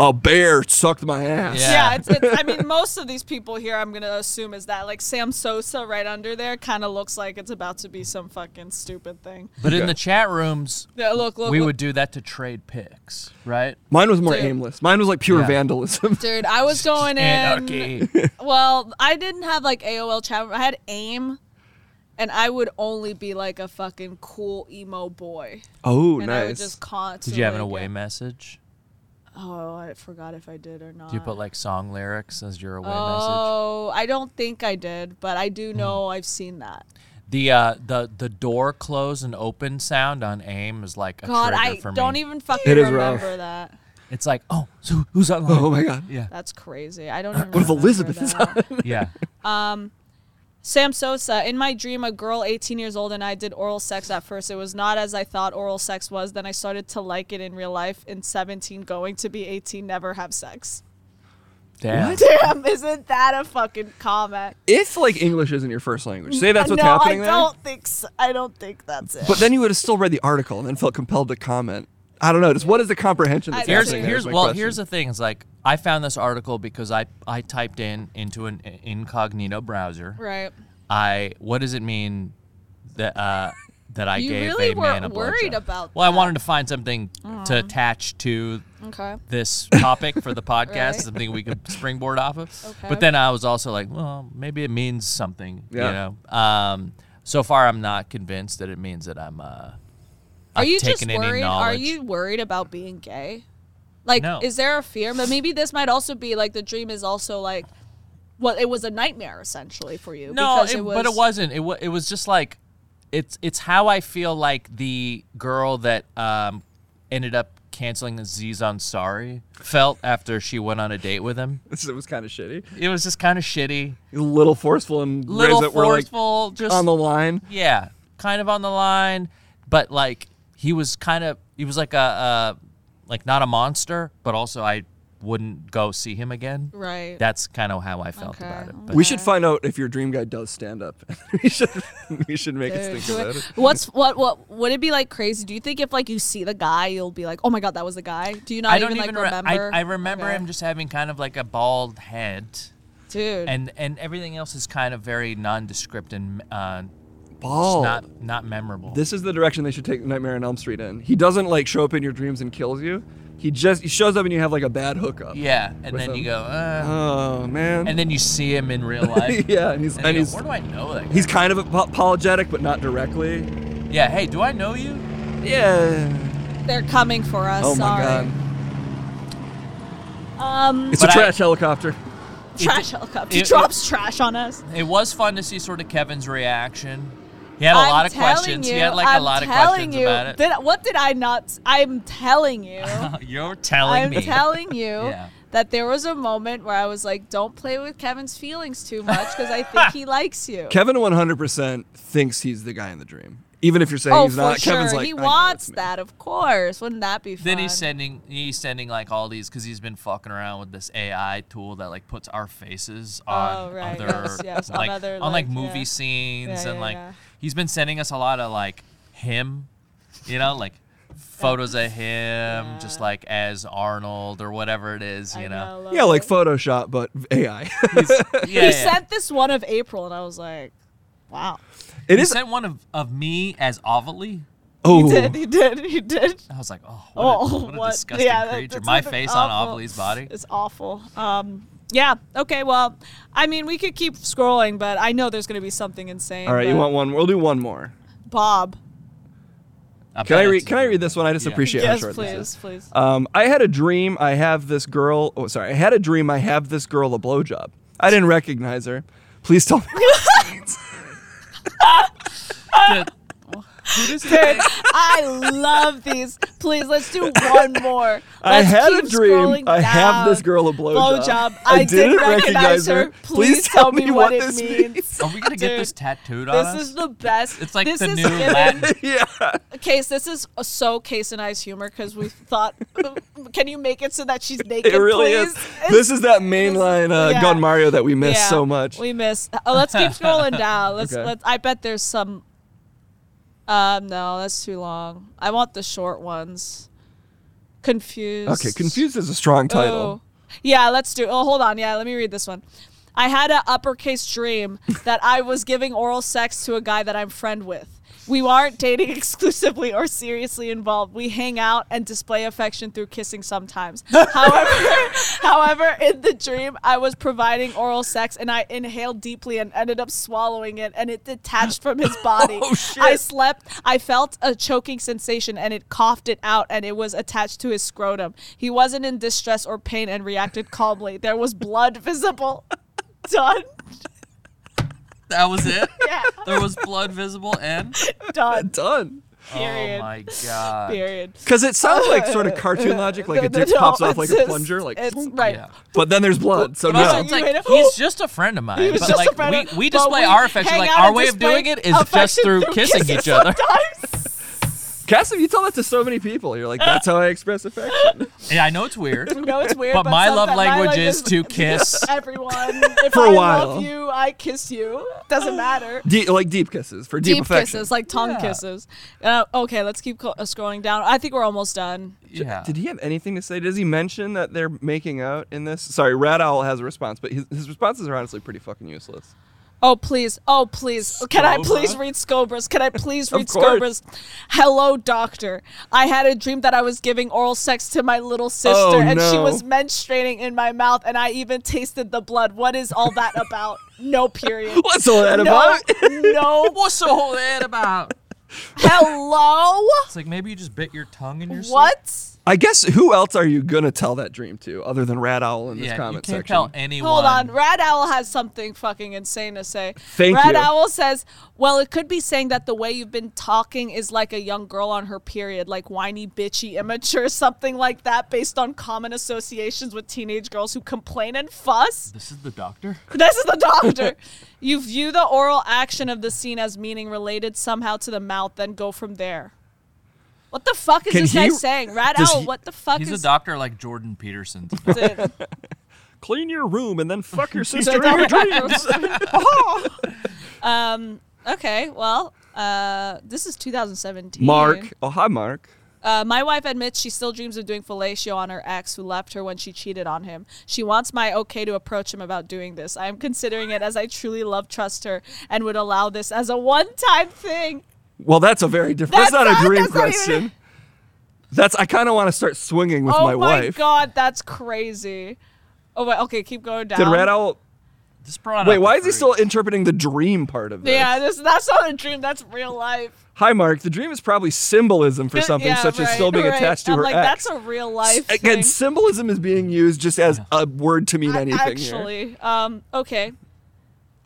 Speaker 3: a bear sucked my ass."
Speaker 4: Yeah.
Speaker 2: yeah, it's, it's, I mean, most of these people here, I'm gonna assume is that like Sam Sosa right under there kind of looks like it's about to be some fucking stupid thing.
Speaker 4: But in
Speaker 3: Okay.
Speaker 4: the chat rooms,
Speaker 2: Yeah, look, look,
Speaker 4: we
Speaker 2: look.
Speaker 4: would do that to trade pics, right?
Speaker 3: Mine was more
Speaker 2: Dude.
Speaker 3: aimless. Mine was like pure
Speaker 4: Yeah.
Speaker 3: vandalism.
Speaker 2: Dude, I was going in.
Speaker 4: Anarchy.
Speaker 2: Well, I didn't have like AOL chat. I had AIM, and I would only be like a fucking cool emo boy,
Speaker 3: oh,
Speaker 2: and I would
Speaker 3: nice.
Speaker 2: just constantly.
Speaker 4: Did you have an
Speaker 2: get-
Speaker 4: away message?
Speaker 2: Oh, I forgot if I did or not.
Speaker 4: Do you put like song lyrics as your away message?
Speaker 2: Uh,
Speaker 4: Hmm.
Speaker 2: Oh, I don't think I did, but I do know I've seen that.
Speaker 4: The uh, the the door close and open sound on AIM is like a
Speaker 2: God,
Speaker 4: trigger
Speaker 2: I
Speaker 4: for
Speaker 2: don't
Speaker 4: me.
Speaker 2: even fucking
Speaker 3: It is rough.
Speaker 2: remember that.
Speaker 4: It's like, oh, so who's online?
Speaker 3: oh my god.
Speaker 4: Yeah,
Speaker 2: That's crazy. I don't even.
Speaker 3: What if
Speaker 2: remember
Speaker 3: Elizabeth is
Speaker 2: that.
Speaker 4: yeah.
Speaker 2: Sam Sosa, in my dream, a girl 18 years old and I did oral sex at first. It was not as I thought oral sex was. Then I started to like it in real life. In 17, going to be 18, never have sex.
Speaker 4: Damn.
Speaker 2: Damn, isn't that a fucking comment? Uh,
Speaker 3: If like English isn't your first language, say that's what's
Speaker 2: no,
Speaker 3: happening
Speaker 2: I
Speaker 3: there.
Speaker 2: don't think so. I don't think that's it.
Speaker 3: But then you would have still read the article and then felt compelled to comment. I don't know. Just what is the comprehension? That's
Speaker 2: I-
Speaker 4: Here's
Speaker 3: happening there is
Speaker 4: here's
Speaker 3: my
Speaker 4: well
Speaker 3: question.
Speaker 4: here's the thing is like I found this article because I I typed in into an incognito browser.
Speaker 2: Right.
Speaker 4: I what does it mean that uh that I
Speaker 2: You
Speaker 4: gave
Speaker 2: really
Speaker 4: a man a
Speaker 2: weren't worried
Speaker 4: blowjob?
Speaker 2: about
Speaker 4: Well, I wanted to find something to attach to
Speaker 2: Okay.
Speaker 4: this topic for the podcast,
Speaker 2: Right.
Speaker 4: something we could springboard off of.
Speaker 2: Okay.
Speaker 4: But then I was also like, well, maybe it means something.
Speaker 3: Yeah.
Speaker 4: You know. Um. So far, I'm not convinced that it means that I'm uh.
Speaker 2: Are
Speaker 4: I've
Speaker 2: you just
Speaker 4: taken any
Speaker 2: worried? Are
Speaker 4: knowledge.
Speaker 2: you worried about being gay? Like,
Speaker 4: No.
Speaker 2: is there a fear? But maybe this might also be like the dream is also like, well, it was a nightmare essentially for you.
Speaker 4: No,
Speaker 2: because
Speaker 4: it- but it wasn't. It was. It was just like, it's it's how I feel like the girl that um ended up canceling Aziz Ansari felt after she went on a date with him.
Speaker 3: This was kind of shitty.
Speaker 4: It was just kind of shitty,
Speaker 3: A little forceful and
Speaker 4: little
Speaker 3: that were like
Speaker 4: forceful, just
Speaker 3: on the line.
Speaker 4: yeah, kind of on the line, but like he was kind of he was like a uh, like not a monster, but also I wouldn't go see him again.
Speaker 2: Right.
Speaker 4: That's kind of how I felt
Speaker 2: Okay.
Speaker 4: about it. But
Speaker 3: We should find out if your dream guy does stand up. we should we should make
Speaker 2: Dude,
Speaker 3: us
Speaker 2: do
Speaker 3: think
Speaker 2: it.
Speaker 3: about it.
Speaker 2: What's what what would it be like crazy? Do you think if like you see the guy, you'll be like, oh my god, that was the guy? Do you not
Speaker 4: I don't
Speaker 2: even,
Speaker 4: even,
Speaker 2: like
Speaker 4: re-
Speaker 2: remember?
Speaker 4: I, I remember
Speaker 2: Okay.
Speaker 4: him just having kind of like a bald head,
Speaker 2: dude.
Speaker 4: and and everything else is kind of very nondescript and uh, just
Speaker 3: Bald.
Speaker 4: not not memorable.
Speaker 3: Oh. this is the direction they should take Nightmare on Elm Street in. He doesn't like show up in your dreams and kills you. He just he shows up and you have like a bad hookup.
Speaker 4: yeah, and then
Speaker 3: with
Speaker 4: you
Speaker 3: him.
Speaker 4: go, uh,
Speaker 3: Oh man.
Speaker 4: and then you see him in real life.
Speaker 3: yeah, and he's
Speaker 4: And,
Speaker 3: and,
Speaker 4: you go,
Speaker 3: he's
Speaker 4: where do I know that? Guy?
Speaker 3: he's kind of ap- apologetic but not directly.
Speaker 4: yeah, hey, do I know you?
Speaker 3: Yeah.
Speaker 2: They're coming for us.
Speaker 3: oh
Speaker 2: sorry.
Speaker 3: my god. Um, it's
Speaker 4: But
Speaker 3: a
Speaker 4: I-
Speaker 3: trash helicopter.
Speaker 2: Trash helicopter.
Speaker 4: it-
Speaker 2: drops trash on us.
Speaker 4: It was fun to see sort of Kevin's reaction. He had a
Speaker 2: I'm
Speaker 4: lot of
Speaker 2: telling
Speaker 4: questions.
Speaker 2: You,
Speaker 4: he had like
Speaker 2: I'm
Speaker 4: a lot of
Speaker 2: telling
Speaker 4: questions
Speaker 2: you,
Speaker 4: about it.
Speaker 2: Did, what did I not? s- I'm telling you.
Speaker 4: You're telling
Speaker 2: I'm
Speaker 4: me.
Speaker 2: telling you.
Speaker 4: Yeah.
Speaker 2: That there was a moment where I was like, "Don't play with Kevin's feelings too much because I think he likes you."
Speaker 3: Kevin 100% thinks he's the guy in the dream. Even if you're saying
Speaker 2: oh,
Speaker 3: he's not,
Speaker 2: for
Speaker 3: Kevin's
Speaker 2: sure,
Speaker 3: like
Speaker 2: he
Speaker 3: "I know
Speaker 2: wants
Speaker 3: it's me."
Speaker 2: that, of course. Wouldn't that be fun?
Speaker 4: then he's sending he's sending like all these because he's been fucking around with this AI tool that like puts our faces on
Speaker 2: Oh, right,
Speaker 4: other
Speaker 2: yes, yes, on
Speaker 4: like
Speaker 2: other,
Speaker 4: on like
Speaker 2: like,
Speaker 4: movie
Speaker 2: yeah.
Speaker 4: scenes
Speaker 2: Yeah,
Speaker 4: and
Speaker 2: yeah,
Speaker 4: like
Speaker 2: yeah.
Speaker 4: he's been sending us a lot of like him, you know, like photos of him just like as Arnold or whatever it is, you
Speaker 2: I
Speaker 4: know.
Speaker 2: love
Speaker 3: Yeah, like
Speaker 2: it.
Speaker 3: Photoshop but AI.
Speaker 4: Yeah,
Speaker 2: he
Speaker 4: yeah.
Speaker 2: sent this one of April, and I was like, "Wow."
Speaker 3: it
Speaker 4: he
Speaker 3: is
Speaker 4: sent one of, of me as Ovally.
Speaker 3: Oh.
Speaker 2: He did. He did. He did.
Speaker 4: I was like, oh, what,
Speaker 2: Oh,
Speaker 4: a, what a
Speaker 2: what-
Speaker 4: disgusting
Speaker 2: yeah, that-
Speaker 4: creature.
Speaker 2: that's
Speaker 4: My
Speaker 2: something
Speaker 4: face on
Speaker 2: awful.
Speaker 4: Ovalie's body.
Speaker 2: It's awful. Um, yeah. Okay. Well, I mean, we could keep scrolling, but I know there's going to be something insane.
Speaker 3: All right, you
Speaker 2: but-
Speaker 3: want one? We'll do one more.
Speaker 2: Bob?
Speaker 3: Can I read? Can I read this one? I just appreciate how
Speaker 2: yes,
Speaker 3: short this
Speaker 2: please,
Speaker 3: is.
Speaker 2: please.
Speaker 3: Um, I had a dream. I have this girl. Oh, sorry. I had a dream. I have this girl a blowjob. I didn't recognize her. Please tell me.
Speaker 2: I love these. Please, let's do one more.
Speaker 3: I
Speaker 2: Let's
Speaker 3: had a
Speaker 2: keep
Speaker 3: dream.
Speaker 2: scrolling
Speaker 3: I have this
Speaker 2: down.
Speaker 3: girl a blowjob.
Speaker 2: Blowjob. I didn't recognize her. Please tell me what it means.
Speaker 4: Are we gonna get this
Speaker 2: Dude,
Speaker 4: tattooed on
Speaker 2: This
Speaker 4: us?
Speaker 2: is the best.
Speaker 4: It's like
Speaker 2: this
Speaker 4: the
Speaker 2: is
Speaker 4: new
Speaker 2: given-
Speaker 4: Latin.
Speaker 3: yeah.
Speaker 2: Case, this is uh, so Case and I's humor because we thought, can you make it so that she's naked?
Speaker 3: It really
Speaker 2: please?
Speaker 3: is. This is that mainline uh,
Speaker 2: yeah.
Speaker 3: Gun Mario that we miss
Speaker 2: Yeah,
Speaker 3: so much.
Speaker 2: We miss. Oh, let's keep scrolling down. Let's.
Speaker 3: Okay.
Speaker 2: Let's. I bet there's some. Um, no, that's too long. I want the short ones. Confused.
Speaker 3: Okay, confused is a strong
Speaker 2: Oh.
Speaker 3: title.
Speaker 2: Yeah, let's do. Oh, hold on. Yeah, let me read this one. I had a uppercase dream that I was giving oral sex to a guy that I'm friend with. We aren't dating exclusively or seriously involved. We hang out and display affection through kissing sometimes. however, however, in the dream, I was providing oral sex and I inhaled deeply and ended up swallowing it and it detached from his body.
Speaker 3: Oh, shit.
Speaker 2: I slept. I felt a choking sensation and it coughed it out and it was attached to his scrotum. He wasn't in distress or pain and reacted calmly. There was blood visible. Done.
Speaker 4: that was it.
Speaker 2: Yeah.
Speaker 4: There was blood visible and.
Speaker 2: Done.
Speaker 3: Done.
Speaker 2: Period.
Speaker 4: Oh my god.
Speaker 2: Period.
Speaker 3: Because it sounds like sort of cartoon logic, like a dick pops off like
Speaker 2: it's
Speaker 3: a
Speaker 2: just-
Speaker 3: plunger, like.
Speaker 2: it's right.
Speaker 4: Yeah.
Speaker 3: But then there's blood, so
Speaker 4: But also,
Speaker 3: no.
Speaker 4: it's
Speaker 2: You made
Speaker 4: like
Speaker 2: it-
Speaker 4: he's just a friend of mine.
Speaker 2: He was
Speaker 4: but
Speaker 2: just
Speaker 4: like
Speaker 2: a friend
Speaker 4: we,
Speaker 2: of-
Speaker 4: we
Speaker 2: but
Speaker 4: display
Speaker 2: we
Speaker 4: our affection.
Speaker 2: hang
Speaker 4: Like
Speaker 2: out
Speaker 4: our
Speaker 2: and
Speaker 4: way of
Speaker 2: display
Speaker 4: doing it is just
Speaker 2: affection
Speaker 4: through kissing each other.
Speaker 2: sometimes.
Speaker 3: Cassim, you tell that to so many people. You're like, that's how I express affection.
Speaker 4: Yeah, I know it's weird.
Speaker 2: No, it's weird.
Speaker 4: But my love
Speaker 2: sometimes-
Speaker 4: language is to kiss.
Speaker 2: everyone. If
Speaker 3: For a
Speaker 2: I
Speaker 3: while.
Speaker 2: love you, I kiss you. Doesn't matter.
Speaker 3: Deep, like deep kisses for deep,
Speaker 2: Deep
Speaker 3: affection.
Speaker 2: kisses, like tongue
Speaker 4: Yeah.
Speaker 2: kisses. Uh, okay, let's keep co- uh, scrolling down. I think we're almost done.
Speaker 4: Yeah.
Speaker 3: Did he have anything to say? Does he mention that they're making out in this? Sorry, Red Owl has a response, but his, his responses are honestly pretty fucking useless.
Speaker 2: Oh please! Oh please! Can I please
Speaker 4: Scobra?
Speaker 2: read Scobra's? Can I please
Speaker 3: Of
Speaker 2: read
Speaker 3: course.
Speaker 2: Scobra's? Hello, doctor. I had a dream that I was giving oral sex to my little sister,
Speaker 3: Oh,
Speaker 2: and she
Speaker 3: no.
Speaker 2: was menstruating in my mouth, and I even tasted the blood. What is all that about? No period.
Speaker 3: What's all that
Speaker 2: No,
Speaker 3: about?
Speaker 2: no.
Speaker 4: What's the whole ad about?
Speaker 2: Hello.
Speaker 4: It's like maybe you just bit your tongue in your sleep.
Speaker 2: What?
Speaker 3: I guess who else are you gonna tell that dream to other than Red Owl in this
Speaker 4: Yeah, you
Speaker 3: comment
Speaker 4: can't
Speaker 3: section?
Speaker 4: tell anyone.
Speaker 2: Hold on. Rad Owl has something fucking insane to say.
Speaker 3: Thank
Speaker 2: Rad
Speaker 3: you.
Speaker 2: Owl says, Well, it could be saying that the way you've been talking is like a young girl on her period, like whiny, bitchy, immature, something like that, based on common associations with teenage girls who complain and fuss.
Speaker 4: This is the doctor.
Speaker 2: This is the doctor. you view the oral action of the scene as meaning related somehow to the mouth, then go from there. What the fuck is
Speaker 3: Can
Speaker 2: this
Speaker 3: he-
Speaker 2: guy saying? Rad
Speaker 3: does
Speaker 2: Owl,
Speaker 3: he-
Speaker 2: what the fuck
Speaker 4: He's a
Speaker 2: is
Speaker 4: doctor like Jordan Peterson's.
Speaker 2: this?
Speaker 3: Clean your room and then fuck your sister. in your dream.
Speaker 2: um. Okay. Well. Uh. This is 2017.
Speaker 3: Mark. Oh hi, Mark.
Speaker 2: Uh, my wife admits she still dreams of doing fellatio on her ex who left her when she cheated on him. She wants my okay to approach him about doing this. I am considering it as I truly love, trust her, and would allow this as a one-time thing.
Speaker 3: Well, that's a very different. That's,
Speaker 2: That's
Speaker 3: not
Speaker 2: not-
Speaker 3: a dream
Speaker 2: that's not even-
Speaker 3: question. That's I kind of want to start swinging with
Speaker 2: oh my
Speaker 3: my, wife.
Speaker 2: god, that's crazy. Oh wait. Okay, keep going down.
Speaker 3: Did Red Owl?
Speaker 4: This brought
Speaker 3: Wait,
Speaker 4: out
Speaker 3: why
Speaker 4: the
Speaker 3: is he
Speaker 4: fruit.
Speaker 3: still interpreting the dream part of this?
Speaker 2: Yeah. This. That's not a dream. That's real life.
Speaker 3: Hi, Mark. The dream is probably symbolism for
Speaker 2: Yeah,
Speaker 3: something
Speaker 2: yeah,
Speaker 3: such as
Speaker 2: right,
Speaker 3: still being
Speaker 2: right.
Speaker 3: attached to
Speaker 2: I'm
Speaker 3: her
Speaker 2: like,
Speaker 3: ex.
Speaker 2: That's a real life.
Speaker 3: Again,
Speaker 2: thing.
Speaker 3: symbolism is being used just as a word to mean
Speaker 2: A-
Speaker 3: anything. here.
Speaker 2: Actually, um, okay,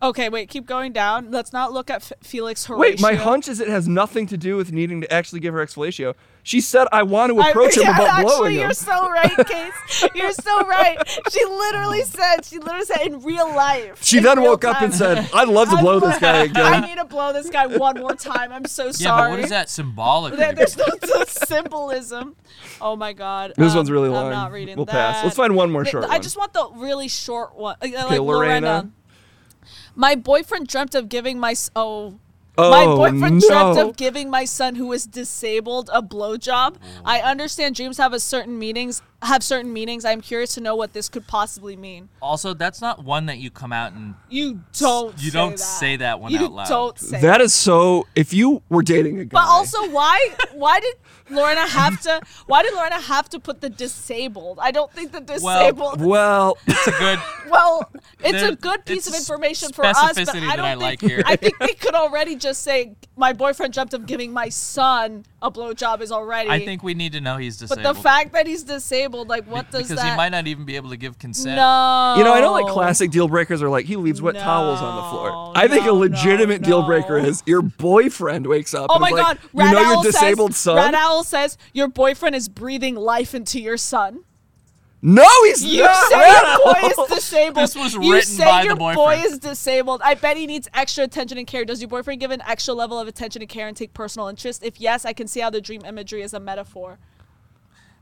Speaker 2: okay, wait, keep going down. Let's not look at F- Felix Horatio.
Speaker 3: Wait, my hunch is it has nothing to do with needing to actually give her ex fellatio. She said, "I want to approach
Speaker 2: I,
Speaker 3: him
Speaker 2: yeah,
Speaker 3: about
Speaker 2: actually,
Speaker 3: blowing
Speaker 2: you're
Speaker 3: him."
Speaker 2: so right, Case. You're so right. She literally said. She literally said in real life.
Speaker 3: She
Speaker 2: in
Speaker 3: then
Speaker 2: real
Speaker 3: woke up and
Speaker 2: time,
Speaker 3: said, "I'd love to
Speaker 2: "I
Speaker 3: blow
Speaker 2: want-
Speaker 3: this
Speaker 2: I
Speaker 3: guy again."
Speaker 2: need to blow this guy one more time. I'm so
Speaker 4: Yeah,
Speaker 2: sorry.
Speaker 4: but what is that symbolic?
Speaker 2: There- there's no no symbolism. Oh my god.
Speaker 3: This
Speaker 2: Um,
Speaker 3: one's really
Speaker 2: I'm
Speaker 3: long.
Speaker 2: not reading
Speaker 3: we'll
Speaker 2: that.
Speaker 3: pass. Let's find one more
Speaker 2: Th-
Speaker 3: short
Speaker 2: I
Speaker 3: one.
Speaker 2: just want the really short one. Okay,
Speaker 3: Okay,
Speaker 2: like
Speaker 3: Lorena.
Speaker 2: Lorena. My boyfriend dreamt of giving my s- oh.
Speaker 3: oh,
Speaker 2: my boyfriend
Speaker 3: no.
Speaker 2: dreamt of giving my son, who is disabled, a blowjob. I understand dreams have a certain meanings. Have certain meanings. I'm curious to know what this could possibly mean.
Speaker 4: Also, that's not one that you come out and
Speaker 2: You don't.
Speaker 4: You
Speaker 2: say
Speaker 4: don't
Speaker 2: that.
Speaker 4: say that one
Speaker 2: you
Speaker 4: out loud.
Speaker 2: Don't say
Speaker 3: That is so. If you were dating a guy,
Speaker 2: But also, why why did Lorna have to? Why did Lorna have to put the disabled? I don't think the
Speaker 4: Well,
Speaker 2: disabled. Well,
Speaker 3: well,
Speaker 4: it's a good
Speaker 2: it's
Speaker 4: there-
Speaker 2: a good piece
Speaker 4: it's
Speaker 2: of information for us, but
Speaker 4: specificity that
Speaker 2: I don't
Speaker 4: I
Speaker 2: think
Speaker 4: like here.
Speaker 2: I think they could already just say my boyfriend dreamt of giving my son a blowjob is already.
Speaker 4: I think we need to know he's
Speaker 2: but
Speaker 4: disabled.
Speaker 2: the fact that he's disabled, like, what does
Speaker 4: because
Speaker 2: that?
Speaker 4: he might not even be able to give consent.
Speaker 2: no.
Speaker 3: you know, I know like classic deal breakers are like he leaves wet towels on the floor.
Speaker 2: Oh. No,
Speaker 3: I think a
Speaker 2: no,
Speaker 3: legitimate
Speaker 2: no,
Speaker 3: deal breaker
Speaker 2: no.
Speaker 3: is your boyfriend wakes up.
Speaker 2: Oh
Speaker 3: and
Speaker 2: my
Speaker 3: is like,
Speaker 2: God! Red
Speaker 3: you know
Speaker 2: Owl
Speaker 3: your disabled
Speaker 2: says,
Speaker 3: son?
Speaker 2: Red Owl says your boyfriend is breathing life into your son.
Speaker 3: No, he's
Speaker 2: You
Speaker 3: not.
Speaker 2: say
Speaker 3: Red
Speaker 2: your boy
Speaker 3: Owl.
Speaker 2: is disabled.
Speaker 4: This was
Speaker 2: you
Speaker 4: written
Speaker 2: say
Speaker 4: by the
Speaker 2: your boy
Speaker 4: boyfriend.
Speaker 2: is disabled. I bet he needs extra attention and care. Does your boyfriend give an extra level of attention and care and take personal interest? If yes, I can see how the dream imagery is a metaphor.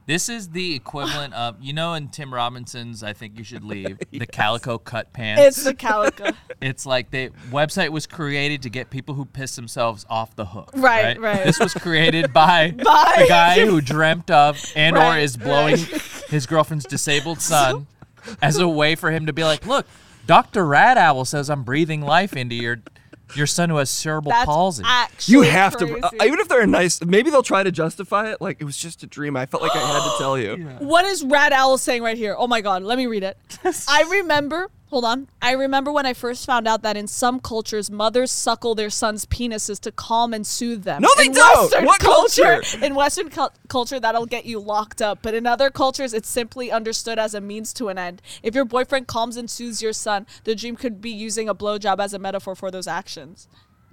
Speaker 4: This is the equivalent of you know in Tim Robinson's I think you should leave the calico cut pants.
Speaker 2: It's the calico.
Speaker 4: It's like the website was created to get people who piss themselves off the hook.
Speaker 2: Right, right.
Speaker 4: This was created by,
Speaker 2: By-
Speaker 4: the guy who dreamt of and or
Speaker 2: Right,
Speaker 4: is blowing his girlfriend's disabled son as a way for him to be like, look, Dr. Rad Owl says I'm breathing life into your your son who has cerebral
Speaker 2: That's
Speaker 4: palsy.
Speaker 2: actually
Speaker 3: You have
Speaker 2: crazy.
Speaker 3: to, uh, even if they're nice, maybe they'll try to justify it. Like it was just a dream. I felt like I had to tell you.
Speaker 2: What is Rad Owl saying right here? Oh my God, let me read it. I remember, hold on. I remember when I first found out that in some cultures, mothers suckle their sons' penises to calm and soothe them.
Speaker 3: No, they
Speaker 2: in
Speaker 3: don't.
Speaker 2: Western
Speaker 3: What
Speaker 2: culture?
Speaker 3: culture?
Speaker 2: In Western cul culture, that'll get you locked up. But in other cultures, it's simply understood as a means to an end. If your boyfriend calms and soothes your son, the dream could be using a blowjob as a metaphor for those actions.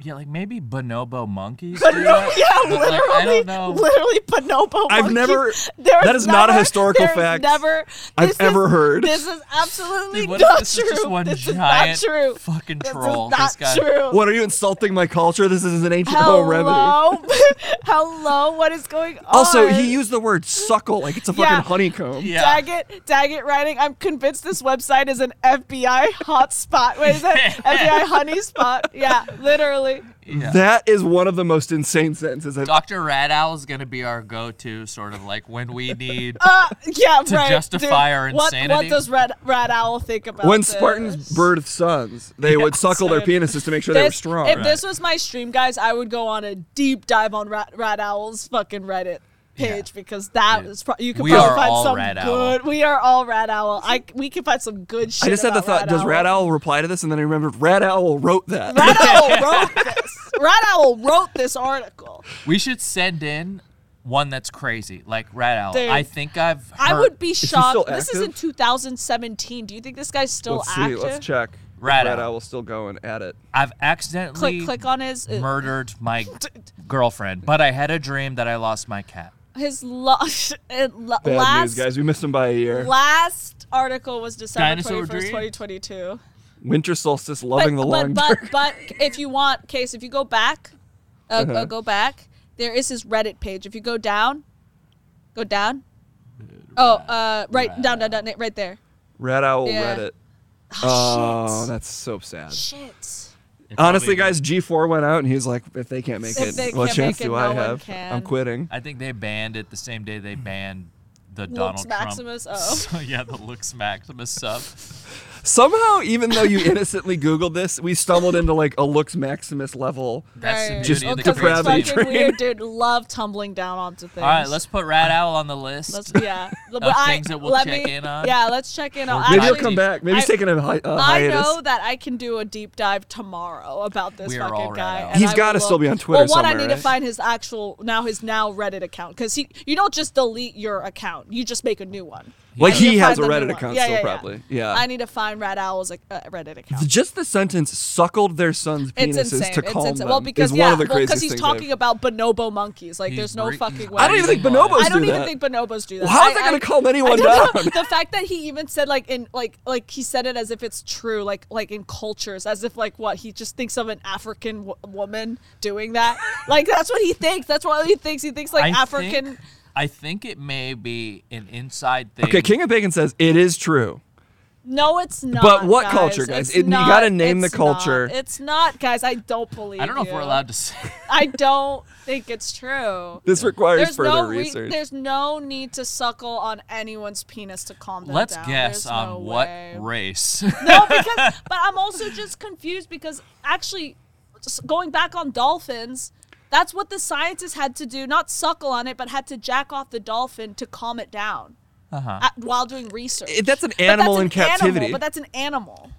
Speaker 4: Yeah, like maybe bonobo monkeys. do that,
Speaker 2: yeah,
Speaker 4: but,
Speaker 2: literally,
Speaker 4: like, I don't know.
Speaker 2: literally bonobo.
Speaker 3: I've
Speaker 2: monkeys.
Speaker 3: never-
Speaker 2: There's
Speaker 3: that is not a
Speaker 2: never-
Speaker 3: historical
Speaker 2: there's
Speaker 3: fact
Speaker 2: Never.
Speaker 3: I've
Speaker 2: this is-
Speaker 3: ever heard.
Speaker 2: This is absolutely
Speaker 4: Dude, what if
Speaker 2: not
Speaker 4: this
Speaker 2: true.
Speaker 4: is just one
Speaker 2: this
Speaker 4: giant
Speaker 2: is not true.
Speaker 4: fucking
Speaker 2: this
Speaker 4: troll?
Speaker 2: Is not
Speaker 4: This guy-
Speaker 2: true.
Speaker 3: What Oh, are you insulting my culture? This is an ancient home remedy.
Speaker 2: Hello, hello. What is going on?
Speaker 3: Also, he used the word suckle like it's a fucking
Speaker 2: Yeah.
Speaker 3: honeycomb.
Speaker 4: Yeah.
Speaker 2: Daggett, Daggett writing. I'm convinced this website is an FBI hotspot. What is that? FBI honey spot. Yeah, literally.
Speaker 4: Yeah.
Speaker 3: That is one of the most insane sentences I've
Speaker 4: Dr. Rad Owl is gonna be our go-to, sort of like when we need.
Speaker 2: Uh, yeah,
Speaker 4: To
Speaker 2: right.
Speaker 4: justify
Speaker 2: dude.
Speaker 4: our
Speaker 2: What, what
Speaker 4: insanity?
Speaker 2: does Red Red Owl think about
Speaker 3: When
Speaker 2: this?
Speaker 3: Spartans birthed sons, they would suckle their
Speaker 2: Dude.
Speaker 3: penises to make sure they were
Speaker 2: This-
Speaker 3: strong.
Speaker 2: If this was my stream, guys, I would go on a deep dive on Rat, Rat Owl's fucking Reddit page because that
Speaker 4: Dude.
Speaker 2: is pro- you can
Speaker 4: We
Speaker 2: probably
Speaker 4: are
Speaker 2: find
Speaker 4: all
Speaker 2: some
Speaker 4: Rat Owl.
Speaker 2: good. We are all Rat Owl. I we can find some good shit.
Speaker 3: I just had the
Speaker 2: about
Speaker 3: thought,
Speaker 2: Rat
Speaker 3: does
Speaker 2: Owl.
Speaker 3: Rat Owl reply to this? And then I remembered Rat Owl wrote that.
Speaker 2: Rat Owl wrote this. Rat Owl wrote this article.
Speaker 4: We should send in one that's crazy, like Rad Owl.
Speaker 2: Dude.
Speaker 4: I think I've. Heard,
Speaker 2: I would be
Speaker 3: he
Speaker 2: shocked.
Speaker 3: still
Speaker 2: This is in
Speaker 3: active?
Speaker 2: 2017. Do you think this guy's still
Speaker 3: let's
Speaker 2: active?
Speaker 3: see. Let's check.
Speaker 4: Rat
Speaker 3: Rat
Speaker 4: Owl.
Speaker 3: Owl's still going at it.
Speaker 4: I've
Speaker 2: Click
Speaker 4: accidentally
Speaker 2: click on his
Speaker 4: murdered my girlfriend, but I had a dream that I lost my cat.
Speaker 2: his lo- and lo-
Speaker 3: Bad
Speaker 2: last
Speaker 3: news, guys. We missed him by a year.
Speaker 2: last article was December
Speaker 4: Dinosaur
Speaker 2: 21st,
Speaker 4: dreams.
Speaker 2: 2022.
Speaker 3: Winter solstice,
Speaker 2: But,
Speaker 3: loving the long
Speaker 2: but, but,
Speaker 3: dark.
Speaker 2: but if you want, Case, if you go back, uh,
Speaker 3: Uh-huh.
Speaker 2: uh, go back, there is his Reddit page. If you go down, go down. Oh, uh, right, down, down, down, right there.
Speaker 3: Rat Owl
Speaker 2: Yeah.
Speaker 3: Reddit.
Speaker 2: Oh,
Speaker 3: Oh, that's so sad.
Speaker 2: shit. Shit.
Speaker 3: Honestly, guys, G4 went out and he's like, if they can't make
Speaker 2: If
Speaker 3: it,
Speaker 2: they
Speaker 3: what
Speaker 2: can't
Speaker 3: chance
Speaker 2: make it,
Speaker 3: do
Speaker 2: no
Speaker 3: I
Speaker 2: one
Speaker 3: have?
Speaker 2: can.
Speaker 3: I'm quitting.
Speaker 4: I think they banned it the same day
Speaker 3: Hmm.
Speaker 4: they banned the
Speaker 2: Lux
Speaker 4: Donald
Speaker 2: Maximus,
Speaker 4: Trump.
Speaker 2: oh.
Speaker 4: So, yeah, the Lux Maximus sub.
Speaker 3: Somehow, even though you innocently Googled this, we stumbled into like a looks maximus level.
Speaker 4: That's the
Speaker 2: Right. Oh,
Speaker 4: beauty
Speaker 3: Just
Speaker 4: of the
Speaker 2: Because it's
Speaker 3: depravity
Speaker 4: creativity.
Speaker 2: fucking
Speaker 3: train.
Speaker 2: weird, dude. Love tumbling down onto things.
Speaker 4: All right, let's put Rad Owl on the list.
Speaker 2: Let's- yeah. But I-
Speaker 4: things that we'll
Speaker 2: let
Speaker 4: check
Speaker 2: me-
Speaker 4: in on.
Speaker 2: Yeah, let's check in on.
Speaker 4: Maybe
Speaker 3: Maybe
Speaker 4: I-
Speaker 3: he'll
Speaker 2: Actually,
Speaker 3: come back. Maybe he's
Speaker 2: I-
Speaker 3: taking a, hi- a
Speaker 2: I
Speaker 3: hiatus.
Speaker 2: know that I can do a deep dive tomorrow about this
Speaker 4: We are all
Speaker 2: fucking
Speaker 4: right
Speaker 2: guy.
Speaker 4: out.
Speaker 2: and
Speaker 3: He's
Speaker 2: I will
Speaker 3: gotta
Speaker 2: look-
Speaker 3: still be on Twitter
Speaker 2: Well, one, I
Speaker 3: somewhere,
Speaker 2: need to
Speaker 3: right?
Speaker 2: find his actual now his now Reddit account because he you don't just delete your account, you just make a new one.
Speaker 3: Like
Speaker 2: I need
Speaker 3: he
Speaker 2: to
Speaker 3: has
Speaker 2: find the
Speaker 3: a
Speaker 2: new
Speaker 3: Reddit
Speaker 2: one.
Speaker 3: account
Speaker 2: Yeah,
Speaker 3: still,
Speaker 2: yeah, yeah.
Speaker 3: probably. Yeah.
Speaker 2: I need to find Rat Owl's uh, Reddit account.
Speaker 3: Just the sentence "suckled their sons'
Speaker 2: It's
Speaker 3: penises
Speaker 2: insane.
Speaker 3: to
Speaker 2: It's
Speaker 3: calm
Speaker 2: insane.
Speaker 3: them"
Speaker 2: Well, because
Speaker 3: is
Speaker 2: yeah,
Speaker 3: one of the
Speaker 2: well,
Speaker 3: craziest
Speaker 2: he's
Speaker 3: things
Speaker 2: talking
Speaker 3: I've-
Speaker 2: about bonobo monkeys. Like,
Speaker 4: He's
Speaker 2: there's no
Speaker 4: re-
Speaker 2: fucking
Speaker 4: he's
Speaker 2: way.
Speaker 3: I don't even think
Speaker 4: Raising
Speaker 3: bonobos
Speaker 4: lions.
Speaker 2: I don't
Speaker 3: do
Speaker 2: even
Speaker 3: that.
Speaker 2: think bonobos do that. I-
Speaker 3: How are they
Speaker 2: I-
Speaker 3: gonna calm
Speaker 2: I
Speaker 3: anyone
Speaker 2: don't
Speaker 3: down?
Speaker 2: know. The fact that he even said like in like like he said it as if it's true, like like in cultures, as if like what he just thinks of an African w- woman doing that. like that's what he thinks. That's what he thinks. He thinks like
Speaker 4: I
Speaker 2: African.
Speaker 4: Think, I think it may be an inside thing.
Speaker 3: Okay, King of Bacon says it is true.
Speaker 2: no, it's not.
Speaker 3: But what
Speaker 2: guys.
Speaker 3: culture, guys?
Speaker 2: It's
Speaker 3: It- you
Speaker 2: not-
Speaker 3: gotta name the
Speaker 2: it's not.
Speaker 3: culture.
Speaker 2: It's not, guys. I don't believe.
Speaker 4: I don't know if
Speaker 2: you.
Speaker 4: we're allowed to say.
Speaker 2: I don't think it's true.
Speaker 3: This requires
Speaker 2: There's
Speaker 3: further
Speaker 2: no re-
Speaker 3: research.
Speaker 2: there's no need to suckle on anyone's penis to calm them
Speaker 4: Let's
Speaker 2: down.
Speaker 4: guess
Speaker 2: There's
Speaker 4: on
Speaker 2: no
Speaker 4: what
Speaker 2: way.
Speaker 4: race.
Speaker 2: no, because but I'm also just confused because actually, just going back on dolphins, that's what the scientists had to do—not suckle on it, but had to jack off the dolphin to calm it down
Speaker 4: Uh-huh.
Speaker 2: at- while doing research.
Speaker 3: It- that's an
Speaker 2: But
Speaker 3: animal
Speaker 2: an
Speaker 3: in captivity.
Speaker 2: Animal, but that's an animal.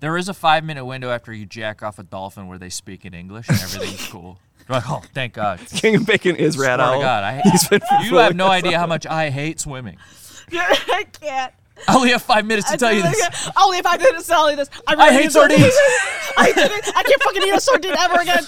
Speaker 4: There is a five minute window after you jack off a dolphin where they speak in English and everything's cool. You're like, oh, thank God.
Speaker 3: King of Bacon is
Speaker 4: Swear
Speaker 3: Rat
Speaker 4: to
Speaker 3: Owl.
Speaker 4: God, I
Speaker 3: He's been
Speaker 4: You have
Speaker 3: fulfilling
Speaker 4: no
Speaker 3: that
Speaker 4: idea how much I hate swimming.
Speaker 2: I can't.
Speaker 4: I only have five minutes to
Speaker 2: I
Speaker 4: tell you
Speaker 2: did it
Speaker 4: this.
Speaker 2: again. Only if I didn't sell you this. I,
Speaker 4: I hate
Speaker 2: refuse-
Speaker 4: sardines.
Speaker 2: I didn't. I can't fucking eat a sardine ever again.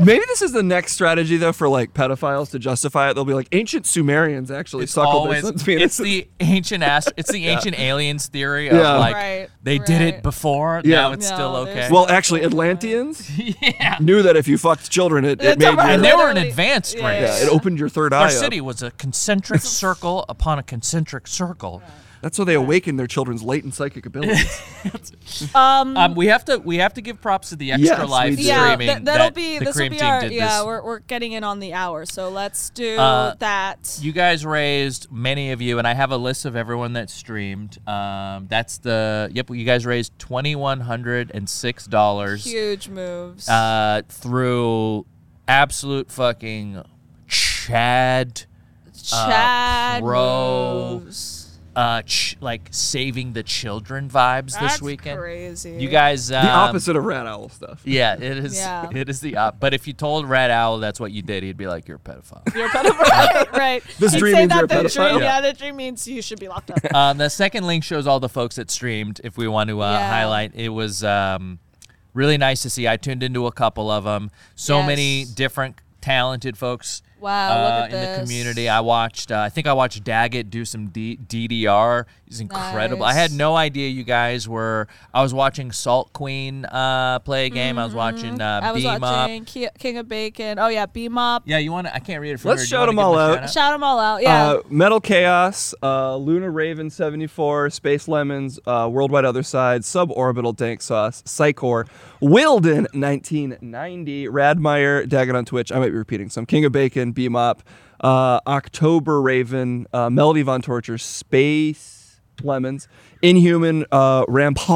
Speaker 3: Maybe this is the next strategy though for like pedophiles to justify it. They'll be like ancient Sumerians actually
Speaker 4: It's
Speaker 3: suckled
Speaker 4: always
Speaker 3: their sons'
Speaker 4: it's
Speaker 3: penises.
Speaker 4: the ancient ast- it's the ancient aliens theory of
Speaker 3: Yeah.
Speaker 4: like
Speaker 2: Right,
Speaker 4: they did
Speaker 2: right.
Speaker 4: it before,
Speaker 3: Yeah.
Speaker 4: now it's
Speaker 2: No,
Speaker 4: still
Speaker 2: there's
Speaker 4: okay.
Speaker 2: no-
Speaker 3: well, actually, Atlanteans
Speaker 4: yeah.
Speaker 3: knew that if you fucked children, it,
Speaker 2: That's
Speaker 3: it made
Speaker 2: right.
Speaker 3: your,
Speaker 4: And they were an
Speaker 2: Literally-
Speaker 4: advanced
Speaker 2: Yeah,
Speaker 4: race.
Speaker 3: yeah, it opened your third
Speaker 4: Our
Speaker 3: eye.
Speaker 4: city
Speaker 3: Up.
Speaker 4: was a concentric circle upon a concentric circle.
Speaker 3: That's how they awakened their children's latent psychic abilities.
Speaker 2: um.
Speaker 4: Um, we have to we have to give props to the extra
Speaker 3: Yes, we
Speaker 4: life
Speaker 3: do.
Speaker 2: yeah,
Speaker 4: streaming.
Speaker 2: th- that'll
Speaker 4: that
Speaker 2: be
Speaker 4: the
Speaker 2: this will
Speaker 4: cream
Speaker 2: be
Speaker 4: team
Speaker 2: our
Speaker 4: did
Speaker 2: yeah.
Speaker 4: this.
Speaker 2: We're we're getting in on the hour, so let's do
Speaker 4: Uh,
Speaker 2: that.
Speaker 4: You guys raised many of you, and I have a list of everyone that streamed. Um, that's the yep. You guys raised twenty one hundred and six dollars
Speaker 2: Huge moves.
Speaker 4: uh, through absolute fucking Chad, uh,
Speaker 2: Chad
Speaker 4: pro
Speaker 2: moves.
Speaker 4: uh, ch- like saving the children vibes
Speaker 2: That's
Speaker 4: this weekend.
Speaker 2: Crazy.
Speaker 4: You guys, um,
Speaker 3: the opposite of Rat Owl stuff.
Speaker 4: Yeah, it is.
Speaker 2: Yeah.
Speaker 4: It is the op. But if you told Red Owl that's what you did, he'd be like, "You're a pedophile."
Speaker 2: You're a pedophile, right?
Speaker 3: This
Speaker 2: You'd
Speaker 3: dream
Speaker 2: say
Speaker 3: means
Speaker 2: that
Speaker 3: you're a
Speaker 2: the
Speaker 3: pedophile.
Speaker 2: Dream,
Speaker 4: Yeah.
Speaker 2: yeah, the dream means you should be locked up.
Speaker 4: um, the second link shows all the folks that streamed. If we want to uh,
Speaker 2: Yeah.
Speaker 4: highlight, it was um, Really nice to see. I tuned into a couple of them. So many
Speaker 2: Yes.
Speaker 4: different talented folks
Speaker 2: Wow, look
Speaker 4: uh,
Speaker 2: at
Speaker 4: in the
Speaker 2: this.
Speaker 4: community. I watched. Uh, I think I watched Daggett do some D- DDR. He's incredible. I had
Speaker 2: Nice.
Speaker 4: no idea you guys were. I was watching Salt Queen uh, play a game. I was watching uh,
Speaker 2: Mm-hmm. I was
Speaker 4: Beam Up.
Speaker 2: watching Ki- King of Bacon. Oh yeah, Beam Up.
Speaker 4: Yeah, you want to? I can't read it from
Speaker 3: Let's
Speaker 4: here. Do you
Speaker 3: shout
Speaker 4: wanna
Speaker 3: 'em
Speaker 4: give
Speaker 3: all
Speaker 4: a
Speaker 3: out.
Speaker 4: shout
Speaker 2: Shout them all out. Yeah.
Speaker 3: Uh, Metal Chaos, uh, Luna Raven 74, Space Lemons, uh, Worldwide Other Side, Suborbital Dank Sauce, Psychor, Wilden 1990, Radmeyer, Daggett on Twitch. I might be repeating some. King of Bacon, Beam Up, uh, October Raven, uh, Melody Von Torture, Space Lemons, Inhuman, uh,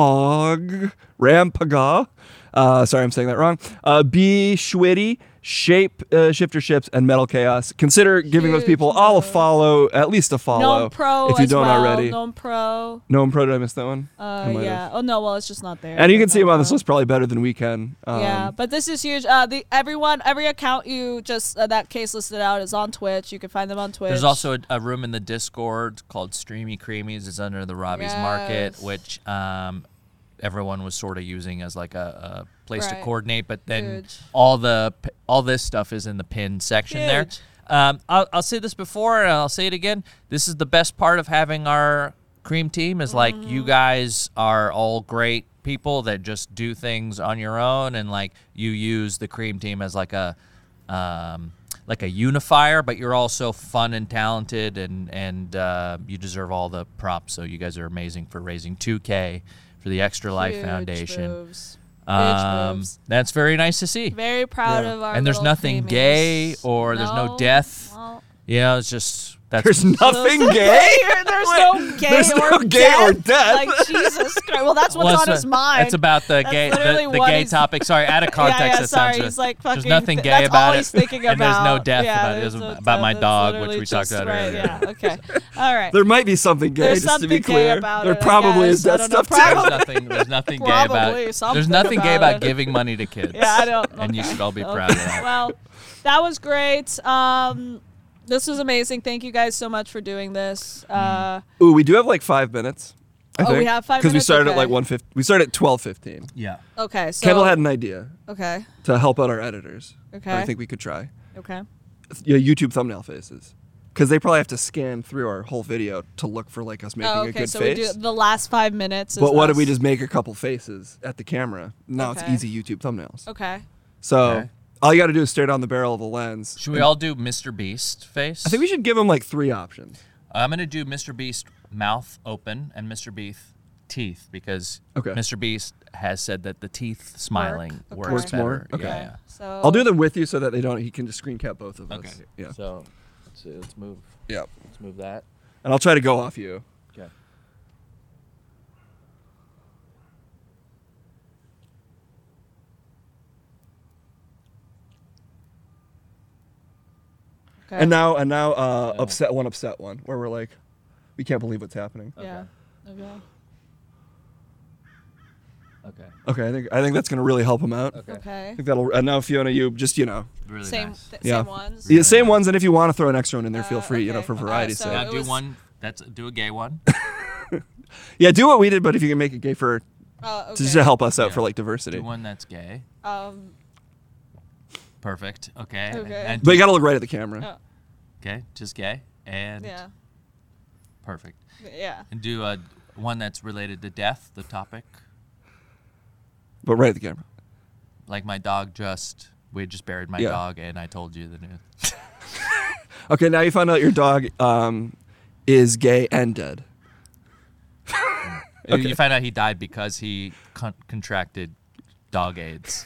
Speaker 3: Rampog, Rampaga. Uh, sorry, I'm saying that wrong. Uh, B. Schwitty, Shape uh, Shifter Ships, and Metal Chaos. Consider giving those
Speaker 2: Huge
Speaker 3: people all a
Speaker 2: moves.
Speaker 3: follow, at least a Uh, follow,
Speaker 2: Gnome Pro
Speaker 3: if you
Speaker 2: as
Speaker 3: don't
Speaker 2: well.
Speaker 3: already.
Speaker 2: Gnome Pro.
Speaker 3: Gnome Pro, did I miss that one? I
Speaker 2: Uh,
Speaker 3: might
Speaker 2: yeah.
Speaker 3: have.
Speaker 2: Oh no, well it's just not there.
Speaker 3: And you
Speaker 2: but
Speaker 3: can see
Speaker 2: Gnome
Speaker 3: them on this
Speaker 2: Pro.
Speaker 3: list probably better than we can. Um,
Speaker 2: yeah, but this is huge. Uh, the everyone, every account you just uh, that case listed out is on Twitch. You can find them on Twitch.
Speaker 4: There's also a, a room in the Discord called Streamy Creamies. It's under the Robbie's Market,
Speaker 2: Yes.
Speaker 4: which um, everyone was sort of using as like a, a place to
Speaker 2: Right.
Speaker 4: coordinate. But then
Speaker 2: Huge.
Speaker 4: all the p- all this stuff is in the pin section there.
Speaker 2: Huge.
Speaker 4: Um, I'll, I'll say this before and I'll say it again. This is the best part of having our cream team is like
Speaker 2: Mm-hmm.
Speaker 4: you guys are all great people that just do things on your own and like you use the cream team as like a um, like a unifier, but you're also fun and talented, and and uh, you deserve all the props. So you guys are amazing for raising 2K for the Extra Life
Speaker 2: Huge
Speaker 4: Foundation.
Speaker 2: moves. Huge
Speaker 4: Um,
Speaker 2: moves.
Speaker 4: that's very nice to see.
Speaker 2: Very proud
Speaker 3: Yeah.
Speaker 2: of our.
Speaker 4: And there's
Speaker 2: little
Speaker 4: nothing
Speaker 2: creamies.
Speaker 4: gay or there's no death.
Speaker 2: well,
Speaker 4: Yeah, it's just that's
Speaker 3: There's nothing gay.
Speaker 2: there's no gay
Speaker 3: There's
Speaker 2: or
Speaker 3: no gay
Speaker 2: death.
Speaker 3: or death.
Speaker 2: Like Jesus Christ. Well, that's what's
Speaker 4: Well,
Speaker 2: on
Speaker 4: it's
Speaker 2: his
Speaker 4: a-
Speaker 2: mind.
Speaker 4: It's about the
Speaker 2: That's
Speaker 4: gay
Speaker 2: literally
Speaker 4: the, the
Speaker 2: what
Speaker 4: gay
Speaker 2: he's-
Speaker 4: topic. Sorry, out of context.
Speaker 2: yeah, yeah,
Speaker 4: it
Speaker 2: sorry.
Speaker 4: sounds
Speaker 2: He's like
Speaker 4: there's
Speaker 2: fucking.
Speaker 4: nothing
Speaker 2: th-
Speaker 4: gay
Speaker 2: that's
Speaker 4: about
Speaker 2: all
Speaker 4: it.
Speaker 2: he's thinking about.
Speaker 4: And there's no death
Speaker 2: yeah,
Speaker 4: about it. It
Speaker 2: there's
Speaker 4: was
Speaker 2: no
Speaker 4: about my
Speaker 2: death. That's
Speaker 4: dog, which
Speaker 2: literally
Speaker 4: we talked
Speaker 2: just
Speaker 4: about
Speaker 2: right,
Speaker 4: earlier.
Speaker 2: Yeah. Okay. All right.
Speaker 3: There might be something gay,
Speaker 2: There's
Speaker 3: just to be
Speaker 2: something gay
Speaker 3: clear.
Speaker 2: about
Speaker 3: there
Speaker 2: it, I
Speaker 3: probably
Speaker 2: guess.
Speaker 3: is
Speaker 2: I
Speaker 3: that
Speaker 2: don't know.
Speaker 3: stuff
Speaker 2: Probably.
Speaker 3: too.
Speaker 4: There's nothing. There's nothing gay about
Speaker 2: Probably
Speaker 4: it. There's
Speaker 2: something
Speaker 4: nothing gay
Speaker 2: about
Speaker 4: about
Speaker 2: it.
Speaker 4: giving money to kids.
Speaker 2: Yeah, I don't.
Speaker 4: And you
Speaker 2: okay.
Speaker 4: should all be
Speaker 2: Okay.
Speaker 4: proud of that.
Speaker 2: Well, that was great. Um, this was amazing. Thank you guys so much for doing this.
Speaker 4: Mm.
Speaker 2: Uh,
Speaker 3: Ooh, we do have like five minutes. I
Speaker 2: Oh, we
Speaker 3: think,
Speaker 2: have five
Speaker 3: we
Speaker 2: minutes?
Speaker 3: started
Speaker 2: Okay.
Speaker 3: at like one fifty. We started at twelve fifteen.
Speaker 4: Yeah.
Speaker 2: Uh, okay. So
Speaker 3: Kendall had an idea
Speaker 2: Okay.
Speaker 3: to help out our editors. that I
Speaker 2: Okay.
Speaker 3: think we could try.
Speaker 2: Okay.
Speaker 3: yeah, YouTube thumbnail faces. Because they probably have to scan through our whole video to look for like us making
Speaker 2: Oh,
Speaker 3: a
Speaker 2: okay.
Speaker 3: good
Speaker 2: So we
Speaker 3: face.
Speaker 2: do the last five minutes. Is
Speaker 3: but what
Speaker 2: us.
Speaker 3: if we just make a couple faces at the camera? Now
Speaker 2: Okay.
Speaker 3: it's easy YouTube thumbnails.
Speaker 2: Okay.
Speaker 3: So
Speaker 4: Okay.
Speaker 3: all you got to do is stare down the barrel of the lens.
Speaker 4: Should we all do Mr. Beast face?
Speaker 3: I think we should give them like three options.
Speaker 4: I'm gonna do Mr. Beast mouth open and Mr. Beast teeth because
Speaker 3: Okay.
Speaker 4: Mr. Beast has said that the teeth smiling
Speaker 2: Okay.
Speaker 4: works,
Speaker 2: Works
Speaker 3: more?
Speaker 4: better.
Speaker 3: Okay.
Speaker 4: Yeah, yeah.
Speaker 2: So
Speaker 3: I'll do them with you so that they don't. He can just screen cap both of
Speaker 4: Okay.
Speaker 3: us. Yeah.
Speaker 4: So let's see, let's move.
Speaker 3: Yeah.
Speaker 4: Let's move that.
Speaker 3: And I'll try to go off you.
Speaker 4: Okay.
Speaker 2: Okay.
Speaker 3: And now and now uh, upset one, upset one, where we're like, we can't believe what's happening.
Speaker 2: Yeah. Okay.
Speaker 4: Okay.
Speaker 3: Okay, I think I think that's gonna really help him out.
Speaker 4: Okay.
Speaker 2: Okay.
Speaker 3: I think that'll. And now Fiona, you just you know
Speaker 4: Really
Speaker 2: Same.
Speaker 4: nice.
Speaker 2: Th-
Speaker 3: Yeah.
Speaker 2: Same ones.
Speaker 3: Yeah, same ones, and if you want to throw an extra one in there, feel
Speaker 2: Uh,
Speaker 3: free. You know,
Speaker 2: okay.
Speaker 3: for
Speaker 2: Okay,
Speaker 3: variety's
Speaker 2: so-
Speaker 3: sake.
Speaker 4: Now
Speaker 2: uh, it
Speaker 4: do
Speaker 2: was-
Speaker 4: one. That's do a gay one.
Speaker 3: Yeah, do what we did, but if you can make it gay for
Speaker 2: Oh, okay.
Speaker 3: just to help us out for
Speaker 4: Yeah.
Speaker 3: like diversity.
Speaker 4: do one that's gay.
Speaker 2: Um.
Speaker 4: Perfect. Okay.
Speaker 2: Okay.
Speaker 4: And,
Speaker 3: But you gotta look right at the camera.
Speaker 2: oh,
Speaker 4: okay. Just gay and
Speaker 2: yeah.
Speaker 4: perfect.
Speaker 2: Yeah.
Speaker 4: And do a one that's related to death, the topic.
Speaker 3: But right at the camera.
Speaker 4: Like my dog just we just buried my
Speaker 3: Yeah.
Speaker 4: dog and I told you the news.
Speaker 3: Okay, now you find out your dog um, is gay and dead.
Speaker 4: You- You find out he died because he con- contracted dog AIDS.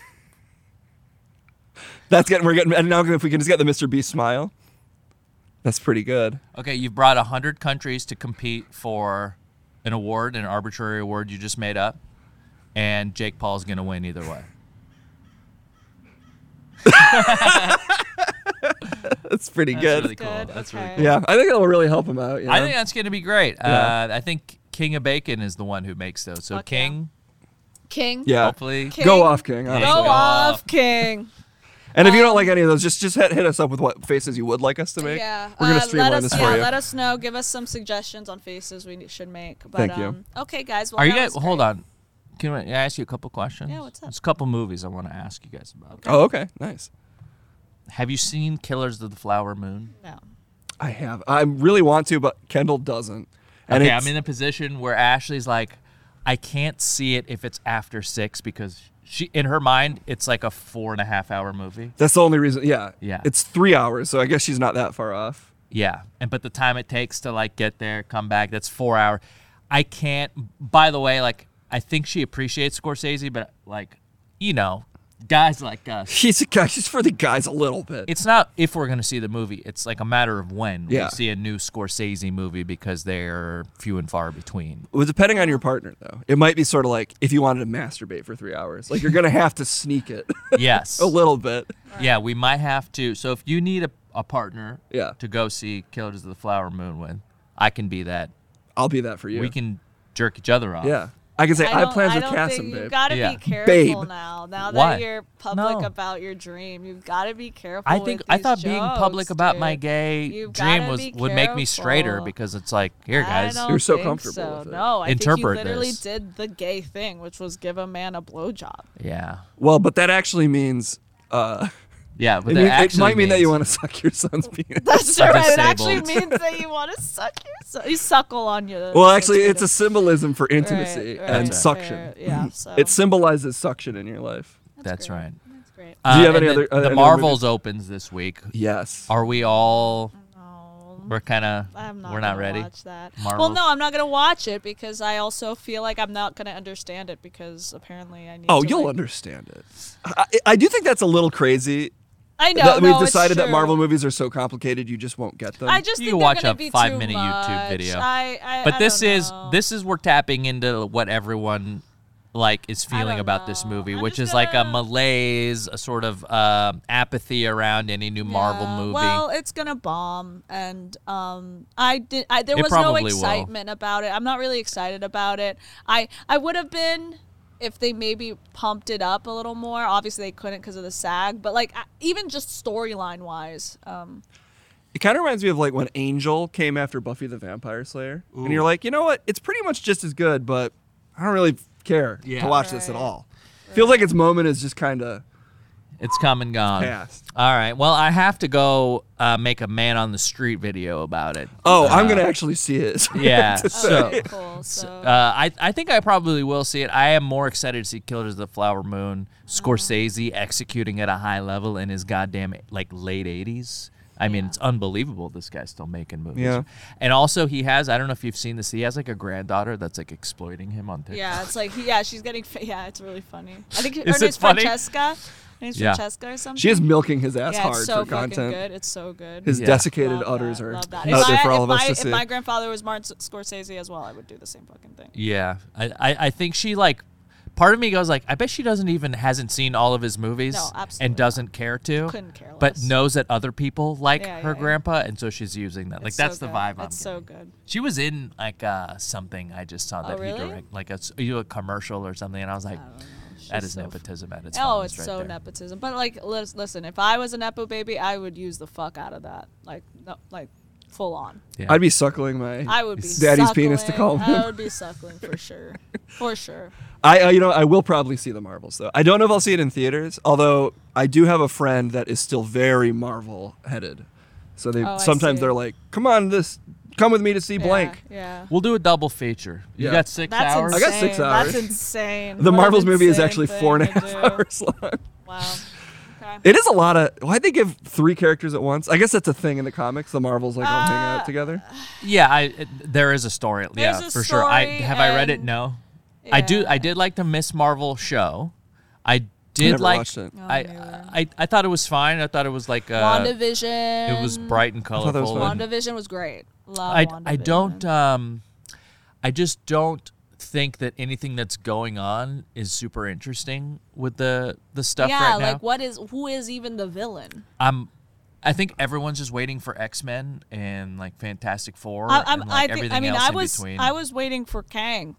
Speaker 3: That's getting we're getting and now if we can just get the Mr. Beast smile. That's pretty good.
Speaker 4: Okay, you've brought 100 countries to compete for an award, an arbitrary award you just made up, and Jake Paul's going to win either way.
Speaker 3: That's pretty
Speaker 4: That's
Speaker 3: good.
Speaker 4: really cool.
Speaker 2: Good, uh,
Speaker 4: That's really
Speaker 2: okay.
Speaker 4: cool.
Speaker 3: yeah, I think that'll really help him out. You know?
Speaker 4: I think that's going to be great.
Speaker 3: Yeah.
Speaker 4: Uh, I think King of Bacon is the one who makes those. So,
Speaker 2: Fuck yeah.
Speaker 4: King,
Speaker 2: King.
Speaker 3: yeah.
Speaker 4: hopefully.
Speaker 2: King.
Speaker 3: Go off, King.
Speaker 2: Go
Speaker 3: honestly.
Speaker 4: Go
Speaker 2: off, Um,
Speaker 4: off.
Speaker 2: King.
Speaker 3: And if you don't like any of those, just just hit, hit us up with what faces you would like us to make.
Speaker 2: Yeah.
Speaker 3: We're gonna
Speaker 2: uh,
Speaker 3: streamline
Speaker 2: let us,
Speaker 3: this
Speaker 2: yeah,
Speaker 3: for you.
Speaker 2: Let us know. Give us some suggestions on faces we ne- should make. But,
Speaker 3: Thank you.
Speaker 2: Um, okay, guys. Well,
Speaker 4: Are you
Speaker 2: that
Speaker 4: guys,
Speaker 2: was
Speaker 4: hold
Speaker 2: great.
Speaker 4: on. Can I ask you a couple questions?
Speaker 2: Yeah, what's up?
Speaker 4: There's a couple movies I want to ask you guys about.
Speaker 3: Oh, okay, nice.
Speaker 4: Have you seen Killers of the Flower Moon?
Speaker 2: No.
Speaker 3: I have. I really want to, but Kendall doesn't. And
Speaker 4: okay,
Speaker 3: it's-
Speaker 4: I'm in a position where Ashley's like, I can't see it if it's after six because she, in her mind, it's like a four and a half hour movie.
Speaker 3: that's the only reason. Yeah.
Speaker 4: Yeah.
Speaker 3: It's three hours, so I guess she's not that far off.
Speaker 4: Yeah, and but the time it takes to like get there, come back, that's four hour. I can't. By the way, like I think she appreciates Scorsese, but like, you know, guys like us,
Speaker 3: She's a guy. She's for the guys a little bit.
Speaker 4: it's not if we're gonna see the movie. It's like a matter of when
Speaker 3: Yeah.
Speaker 4: we see a new Scorsese movie because they're few and far between.
Speaker 3: Well, depending on your partner, though, it might be sort of like if you wanted to masturbate for three hours, like you're gonna have to sneak it
Speaker 4: Yes,
Speaker 3: a little bit.
Speaker 4: yeah, we might have to. So if you need a, a partner,
Speaker 3: Yeah.
Speaker 4: to go see Killers of the Flower Moon with, I can be that.
Speaker 3: I'll be that for you.
Speaker 4: We can jerk each other off.
Speaker 3: yeah. I can say I,
Speaker 2: don't-
Speaker 3: have plans
Speaker 2: I
Speaker 3: with
Speaker 2: don't
Speaker 3: Cassim,
Speaker 2: think- You
Speaker 3: babe.
Speaker 2: gotta
Speaker 4: Yeah.
Speaker 2: be careful
Speaker 3: Babe.
Speaker 2: now. Now
Speaker 4: Why?
Speaker 2: that you're public
Speaker 4: No.
Speaker 2: about your dream, you've gotta be careful.
Speaker 4: I think
Speaker 2: with
Speaker 4: I
Speaker 2: these
Speaker 4: thought being public
Speaker 2: jokes,
Speaker 4: about my
Speaker 2: dude.
Speaker 4: gay
Speaker 2: You've
Speaker 4: dream
Speaker 2: gotta
Speaker 4: was
Speaker 2: be
Speaker 4: would make me straighter
Speaker 2: careful.
Speaker 4: because it's like, here guys,
Speaker 2: I don't
Speaker 3: You're so
Speaker 2: think
Speaker 3: comfortable
Speaker 2: so.
Speaker 3: with it.
Speaker 2: No, I
Speaker 4: Interpret
Speaker 2: think you literally
Speaker 4: this.
Speaker 2: did the gay thing, which was give a man a blowjob.
Speaker 4: yeah,
Speaker 3: Well, but that actually means uh,
Speaker 4: yeah. But
Speaker 3: it,
Speaker 4: that
Speaker 3: mean- it
Speaker 4: actually
Speaker 3: might mean that you
Speaker 4: means-
Speaker 3: want to suck your son's penis.
Speaker 2: That's right. It actually
Speaker 4: disabled.
Speaker 2: means that you want to suck your so- you suckle on your.
Speaker 3: Well, actually, it's a
Speaker 2: Right,
Speaker 3: symbolism for intimacy
Speaker 2: right,
Speaker 3: and
Speaker 4: right.
Speaker 3: suction. Mm-hmm.
Speaker 2: fair. Yeah. So
Speaker 3: It symbolizes suction in your life.
Speaker 4: That's
Speaker 2: great.
Speaker 4: right.
Speaker 2: that's great.
Speaker 3: Do you have
Speaker 4: and
Speaker 3: any
Speaker 4: then
Speaker 3: other- uh, any
Speaker 4: the
Speaker 3: other
Speaker 4: Marvels opens this week.
Speaker 3: Yes.
Speaker 4: Are we all?
Speaker 2: No,
Speaker 4: We're kind of.
Speaker 2: I'm not.
Speaker 4: We're not
Speaker 2: gonna
Speaker 4: ready.
Speaker 2: Watch that. Well,
Speaker 4: Marvels.
Speaker 2: no, I'm not gonna watch it because I also feel like I'm not gonna understand it because apparently I need.
Speaker 3: Oh,
Speaker 2: to,
Speaker 3: you'll
Speaker 2: like-
Speaker 3: understand it. I, I do think that's a little crazy
Speaker 2: I know.
Speaker 3: that we've
Speaker 2: no, it's
Speaker 3: decided that
Speaker 2: true.
Speaker 3: Marvel movies are so complicated you just won't get them.
Speaker 2: I just
Speaker 4: You
Speaker 2: think
Speaker 4: can
Speaker 2: they're
Speaker 4: watch
Speaker 2: gonna
Speaker 4: a
Speaker 2: be too
Speaker 4: five-minute YouTube
Speaker 2: much.
Speaker 4: video.
Speaker 2: I, I,
Speaker 4: but
Speaker 2: I
Speaker 4: this
Speaker 2: don't
Speaker 4: is
Speaker 2: know.
Speaker 4: this is we're tapping into what everyone like is feeling
Speaker 2: don't
Speaker 4: about this
Speaker 2: know.
Speaker 4: movie,
Speaker 2: I'm
Speaker 4: which
Speaker 2: just
Speaker 4: is like a
Speaker 2: gonna-
Speaker 4: malaise, a sort of um apathy around any new Marvel
Speaker 2: Yeah,
Speaker 4: movie.
Speaker 2: Well, it's gonna bomb, and um, I did. I, there
Speaker 4: It
Speaker 2: was no
Speaker 4: probably will.
Speaker 2: excitement about it. I'm not really excited about it. I I would have been if they maybe pumped it up a little more. Obviously, they couldn't because of the SAG. But like I, even just storyline wise, um,
Speaker 3: It kind of reminds me of like when Angel came after Buffy the Vampire Slayer, and you're like, you know what? It's pretty much just as good, but I don't really care
Speaker 4: Yeah.
Speaker 3: to watch this at
Speaker 2: Right.
Speaker 3: all. Feels like its moment is just kind of
Speaker 4: It's come and gone.
Speaker 3: passed.
Speaker 4: All right. Well, I have to go uh, make a man on the street video about it.
Speaker 3: Oh,
Speaker 4: Uh,
Speaker 3: I'm gonna actually see it.
Speaker 4: Yeah.
Speaker 2: so
Speaker 4: so.
Speaker 2: cool. So
Speaker 4: Uh, I, I think I probably will see it. I am more excited to see Killers of the Flower Moon, Scorsese executing at a high level in his goddamn like late 80s. I mean, it's unbelievable this guy's still making movies.
Speaker 3: Yeah.
Speaker 4: And also he has, I don't know if you've seen this, he has like a granddaughter that's like exploiting him on TikTok.
Speaker 2: yeah, it's like yeah, she's getting fa- yeah, it's really funny. I think her
Speaker 4: Is it
Speaker 2: name's
Speaker 4: funny?
Speaker 2: Francesca. Her name's
Speaker 4: Yeah.
Speaker 2: Francesca or something.
Speaker 3: she is milking his ass
Speaker 2: yeah,
Speaker 3: hard
Speaker 2: it's so
Speaker 3: for
Speaker 2: fucking
Speaker 3: content.
Speaker 2: good. It's so good.
Speaker 3: His
Speaker 4: Yeah.
Speaker 3: desiccated
Speaker 2: Love
Speaker 3: utters
Speaker 2: that,
Speaker 3: are
Speaker 2: love
Speaker 3: out
Speaker 2: that. If
Speaker 3: there
Speaker 2: I-
Speaker 3: for all of
Speaker 2: if
Speaker 3: us
Speaker 2: I-
Speaker 3: to see.
Speaker 2: If my grandfather was Martin Scorsese as well, I would do the same fucking thing.
Speaker 4: Yeah. I, I, I think she like part of me goes like, I bet she doesn't even hasn't seen all of his movies
Speaker 2: No, absolutely
Speaker 4: and doesn't care to.
Speaker 2: Couldn't care
Speaker 4: But
Speaker 2: less.
Speaker 4: knows that other people like
Speaker 2: Yeah,
Speaker 4: her
Speaker 2: yeah, yeah.
Speaker 4: grandpa and so she's using that. like
Speaker 2: It's
Speaker 4: that's
Speaker 2: so
Speaker 4: the
Speaker 2: good.
Speaker 4: vibe I'm
Speaker 2: It's
Speaker 4: getting.
Speaker 2: so good.
Speaker 4: She was in like uh, something I just saw that
Speaker 2: Oh, really? Oh,
Speaker 4: he direct, like a, s- you know, a commercial or something, and I was like, that
Speaker 2: She's
Speaker 4: is
Speaker 2: so
Speaker 4: nepotism at its
Speaker 2: Oh,
Speaker 4: finest
Speaker 2: it's
Speaker 4: right
Speaker 2: so
Speaker 4: there.
Speaker 2: nepotism. But like, lis- listen, if I was a nepo baby, I would use the fuck out of that. Like, no, like, full on.
Speaker 4: Yeah.
Speaker 3: I'd be suckling my
Speaker 2: I would be
Speaker 3: daddy's penis to
Speaker 2: suckling-
Speaker 3: calm him.
Speaker 2: I would be suckling for sure, for sure.
Speaker 3: I, uh, you know, I will probably see the Marvels though. I don't know if I'll see it in theaters. Although I do have a friend that is still very Marvel headed, so they
Speaker 2: Oh, I see.
Speaker 3: sometimes they're like, "Come on, this, come with me to see
Speaker 2: Yeah,
Speaker 3: blank."
Speaker 2: Yeah.
Speaker 4: We'll do a double feature. You
Speaker 3: Yeah.
Speaker 4: got six
Speaker 2: That's
Speaker 4: hours.
Speaker 2: insane.
Speaker 3: got six hours.
Speaker 2: That's insane. What
Speaker 3: The
Speaker 2: an
Speaker 3: Marvels movie is
Speaker 2: insane
Speaker 3: actually
Speaker 2: thing
Speaker 3: four and a
Speaker 2: to
Speaker 3: half
Speaker 2: do.
Speaker 3: hours long.
Speaker 2: Wow. Okay.
Speaker 3: It is a lot of. Why would they give three characters at once? I guess that's a thing in the comics. The Marvels like all hang out
Speaker 2: Uh,
Speaker 3: together.
Speaker 4: Yeah, I it- there is a story. yeah,
Speaker 2: There's a
Speaker 4: for sure. I
Speaker 2: story
Speaker 4: have I read it.
Speaker 2: and-
Speaker 4: No, I do. I
Speaker 2: Yeah.
Speaker 4: did like the Miss Marvel show. I did
Speaker 3: never
Speaker 4: like.
Speaker 3: watched it.
Speaker 2: No,
Speaker 4: I,
Speaker 2: Oh, neither.
Speaker 4: I I thought it was fine. I thought it was like uh,
Speaker 2: WandaVision.
Speaker 4: it was bright and
Speaker 3: thought that was
Speaker 4: colorful.
Speaker 3: fun.
Speaker 4: and-
Speaker 2: WandaVision was great. Love
Speaker 4: I,
Speaker 2: WandaVision.
Speaker 4: I don't um I just don't think that anything that's going on is super interesting with the the stuff
Speaker 2: yeah,
Speaker 4: right now.
Speaker 2: like what is who is even the villain?
Speaker 4: I'm I think everyone's just waiting for X Men and like Fantastic Four
Speaker 2: I, I'm,
Speaker 4: and like
Speaker 2: I think.
Speaker 4: everything
Speaker 2: I mean,
Speaker 4: else
Speaker 2: I
Speaker 4: in
Speaker 2: was
Speaker 4: between.
Speaker 2: I was waiting for Kang.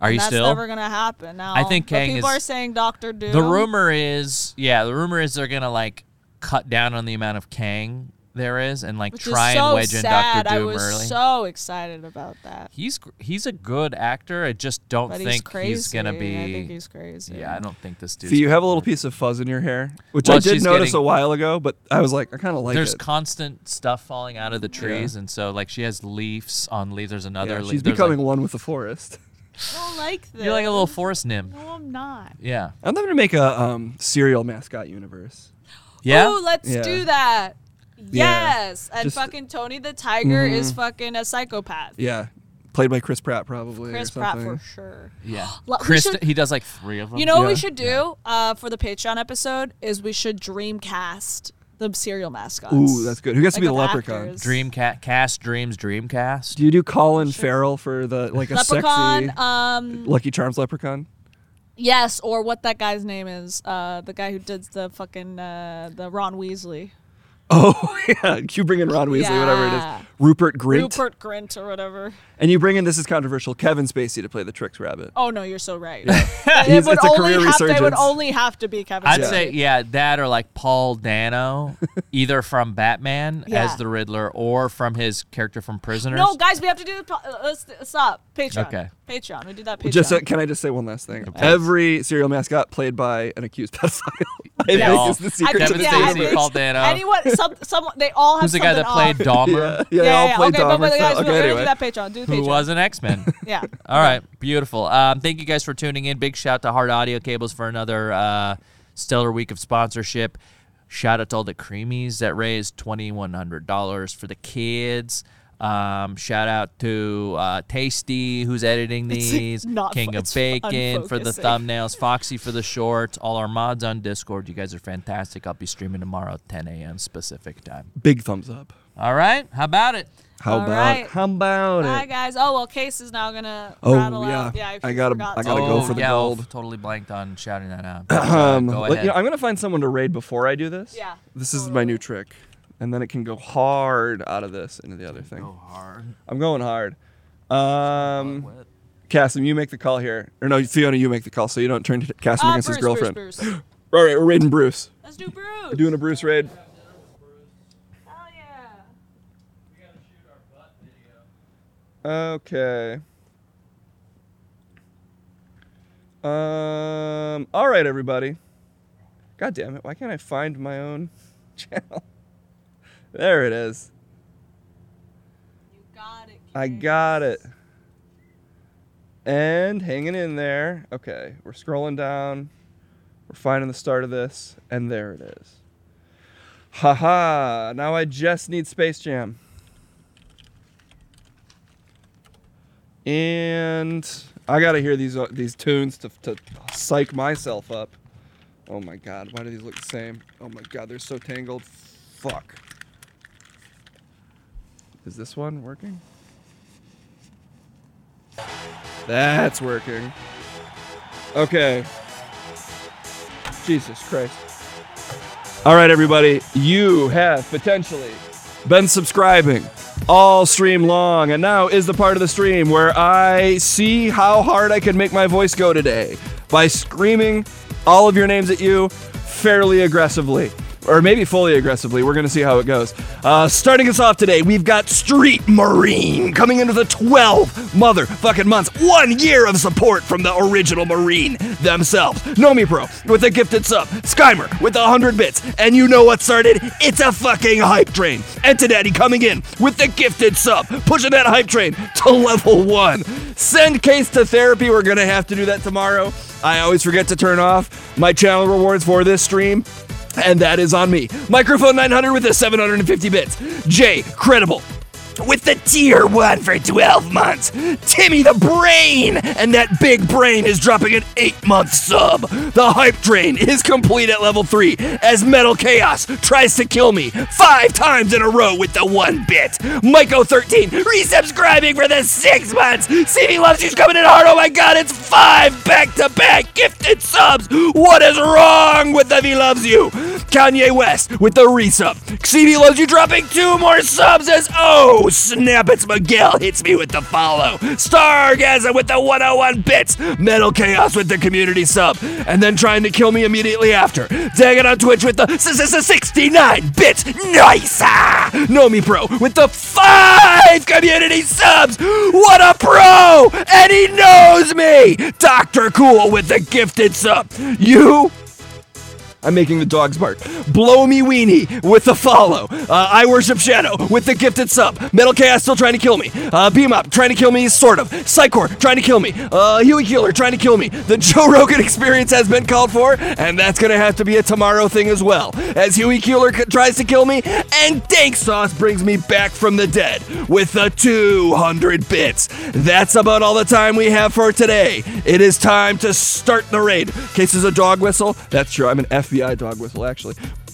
Speaker 4: Are you
Speaker 2: that's
Speaker 4: still?
Speaker 2: never gonna happen. Now
Speaker 4: I think
Speaker 2: But
Speaker 4: Kang
Speaker 2: people
Speaker 4: is-
Speaker 2: are saying Doctor Doom.
Speaker 4: the rumor is yeah, the rumor is they're gonna like cut down on the amount of Kang there is, and like
Speaker 2: Which
Speaker 4: try
Speaker 2: is so
Speaker 4: and wedge in
Speaker 2: sad.
Speaker 4: Doctor Doom
Speaker 2: I was
Speaker 4: early.
Speaker 2: so excited about that.
Speaker 4: he's gr- he's a good actor. I just don't
Speaker 2: But
Speaker 4: think
Speaker 2: he's crazy.
Speaker 4: gonna be.
Speaker 2: I think he's crazy.
Speaker 4: yeah, I don't think this dude.
Speaker 3: So you have a little piece of fuzz in your hair, which I
Speaker 4: Well,
Speaker 3: did
Speaker 4: she's
Speaker 3: notice
Speaker 4: getting-
Speaker 3: a while ago, but I was like, I kind of like
Speaker 4: there's
Speaker 3: it.
Speaker 4: constant stuff falling out of the trees, and so like she has leaves on leaves. There's another.
Speaker 3: Yeah,
Speaker 4: leaf.
Speaker 3: she's
Speaker 4: there's,
Speaker 3: becoming
Speaker 4: Like,
Speaker 3: one with the forest.
Speaker 2: I don't like this.
Speaker 4: you're like a little forest nim.
Speaker 2: No, I'm not.
Speaker 4: Yeah.
Speaker 3: I'm going to make a um, cereal mascot universe.
Speaker 4: Yeah.
Speaker 2: Ooh, let's
Speaker 3: Yeah.
Speaker 2: do that.
Speaker 3: Yeah.
Speaker 2: Yes. And
Speaker 3: Just- Mm-hmm.
Speaker 2: fucking Tony the Tiger is fucking a psychopath.
Speaker 3: Yeah, played by Chris Pratt probably.
Speaker 2: Chris
Speaker 3: or
Speaker 2: Pratt
Speaker 3: something.
Speaker 2: for sure.
Speaker 4: yeah.
Speaker 2: Lo- we
Speaker 4: Chris,
Speaker 2: should-
Speaker 4: he does like three of them.
Speaker 2: You know what
Speaker 3: Yeah.
Speaker 2: we should do uh, for the Patreon episode is we should dreamcast the serial mascots.
Speaker 3: Ooh, that's good. Who gets to be the leprechaun?
Speaker 4: Dreamcast, cast dreams, Dreamcast.
Speaker 3: Do you do Colin Farrell for the like a
Speaker 2: leprechaun.
Speaker 3: sexy
Speaker 2: Um,
Speaker 3: Lucky Charms leprechaun?
Speaker 2: yes, or what that guy's name is, uh, the guy who did the fucking uh, the Ron Weasley,
Speaker 3: Oh yeah, you bring in Ron Weasley, whatever it
Speaker 2: Yeah.
Speaker 3: is, Rupert Grint,
Speaker 2: Rupert Grint or whatever.
Speaker 3: and you bring in this is controversial Kevin Spacey to play the Tricks Rabbit.
Speaker 2: Oh no, you're so right.
Speaker 3: He's-
Speaker 2: it Oh, would
Speaker 3: it's a
Speaker 2: only
Speaker 3: career
Speaker 2: have they would
Speaker 3: resurgence.
Speaker 2: only have to be Kevin.
Speaker 4: I'd
Speaker 2: Spacey.
Speaker 4: say yeah, that or like Paul Dano, either from Batman
Speaker 2: Yeah.
Speaker 4: as the Riddler or from his character from Prisoners.
Speaker 2: No, guys, we have to do. the po- uh, Let's stop Patreon.
Speaker 4: Okay.
Speaker 2: Patreon. We did that Patreon.
Speaker 3: Just uh, can I just say one last thing? Every serial mascot played by an accused pedophile. I
Speaker 4: They
Speaker 3: think
Speaker 4: all-
Speaker 3: is the secret
Speaker 4: Kevin
Speaker 3: to
Speaker 2: yeah,
Speaker 3: the
Speaker 2: I
Speaker 4: Spacey,
Speaker 2: think-
Speaker 3: universe.
Speaker 4: Paul Dano.
Speaker 2: Anyone? Some, someone. They all have.
Speaker 4: Who's the guy that
Speaker 2: something
Speaker 4: played
Speaker 2: off.
Speaker 3: Yeah,
Speaker 4: Dahmer,
Speaker 3: yeah, they all played
Speaker 2: okay, but,
Speaker 3: Dahmer,
Speaker 2: but
Speaker 3: so-
Speaker 2: guys, we're
Speaker 3: okay,
Speaker 2: gonna
Speaker 3: anyway.
Speaker 2: do that Patreon. Do the
Speaker 4: who
Speaker 2: Patreon.
Speaker 4: was an X Men?
Speaker 2: Yeah.
Speaker 4: All right, beautiful. Um, thank you guys for tuning in. Big shout to Hard Audio Cables for another uh, stellar week of sponsorship. Shout out to all the creamies that raised twenty one hundred dollars for the kids. Um, shout out to uh, Tasty who's editing
Speaker 2: It's
Speaker 4: these,
Speaker 2: not
Speaker 4: King
Speaker 2: fo-
Speaker 4: of
Speaker 2: it's
Speaker 4: Bacon for the
Speaker 2: unfocusing.
Speaker 4: thumbnails, Foxy for the shorts, all our mods on Discord. You guys are fantastic. I'll be streaming tomorrow at ten a.m. Pacific time.
Speaker 3: Big thumbs up.
Speaker 4: All right, how about it?
Speaker 3: How
Speaker 2: All
Speaker 3: about
Speaker 2: right.
Speaker 3: how about
Speaker 2: Hi
Speaker 3: it?
Speaker 2: guys. Oh well, Case is now gonna
Speaker 3: Oh,
Speaker 2: rattle
Speaker 3: yeah.
Speaker 2: out. Yeah, if
Speaker 3: I
Speaker 2: you
Speaker 3: gotta-
Speaker 2: forgot
Speaker 3: I
Speaker 2: to-
Speaker 3: gotta go for the
Speaker 4: Oh, yeah,
Speaker 3: gold.
Speaker 4: I've Totally blanked on shouting that out. But, uh, go
Speaker 3: Um, Let-
Speaker 4: ahead.
Speaker 3: you know, I'm gonna find someone to raid before I do this.
Speaker 2: Yeah,
Speaker 3: This is my new trick, and then it can go hard out of this into the other thing.
Speaker 4: Go hard.
Speaker 3: I'm going hard. Um, Cassim, you make the call here, or no, Fiona, you make the call, so you don't turn to Cassim
Speaker 2: Ah,
Speaker 3: against
Speaker 2: Bruce,
Speaker 3: his girlfriend.
Speaker 2: Bruce, Bruce.
Speaker 3: All right, we're raiding Bruce.
Speaker 2: Let's do Bruce.
Speaker 3: We're doing a Bruce raid.
Speaker 2: Hell yeah.
Speaker 3: Okay. Um. All right, everybody. God damn it! Why can't I find my own channel? There it is.
Speaker 2: You got it.
Speaker 3: I
Speaker 2: Case.
Speaker 3: got it. And hanging in there. Okay, we're scrolling down. We're finding the start of this, and there it is. Haha! Now I just need Space Jam. And I gotta hear these uh, these tunes to, to psych myself up. Oh my god, why do these look the same? Oh my god, they're so tangled. Fuck. Is this one working? That's working. Okay. Jesus Christ. All right, everybody. You have potentially been subscribing all stream long, and now is the part of the stream where I see how hard I can make my voice go today by screaming all of your names at you fairly aggressively. Or maybe fully aggressively. We're going to see how it goes. Uh, starting us off today, we've got Street Marine coming into the 12 motherfucking months. One year of support from the original Marine themselves. Nomi Pro with a gifted sub. Skymer with a 100 bits. And you know what started? It's a fucking hype train. Entidaddy coming in with the gifted sub. Pushing that hype train to level one. Send case to therapy. We're going to have to do that tomorrow. I always forget to turn off my channel rewards for this stream. And that is on me. Microphone 900 with the 750 bits. Jay, credible with the tier one for 12 months. Timmy the Brain! And that big brain is dropping an eight month sub. The hype train is complete at level three as Metal Chaos tries to kill me five times in a row with the one bit. Myco13 resubscribing for the six months. CV Loves You's coming in hard. Oh my god, it's five back to back gifted subs. What is wrong with the V Loves You? Kanye West with the resub. CD loves you dropping two more subs as oh snap! It's Miguel hits me with the follow. Stargasm with the 101 bits. Metal Chaos with the community sub, and then trying to kill me immediately after. Dagging on Twitch with the s- s- s- 69 bits. Nice! Ah! Nomi Pro with the five community subs. What a pro! And he knows me. Doctor Cool with the gifted sub. You I'm making the dogs bark. Blow me weenie with the follow. Uh, I worship Shadow with the gifted sub. Metal Chaos still trying to kill me. Uh, Beam Up trying to kill me, sort of. Psychor trying to kill me. Uh, Huey Keeler trying to kill me. The Joe Rogan experience has been called for, and that's gonna have to be a tomorrow thing as well. As Huey Keeler c- tries to kill me, and Dank Sauce brings me back from the dead with the 200 bits. That's about all the time we have for today. It is time to start the raid. Case is a dog whistle. That's true. I'm an FBI dog whistle, actually.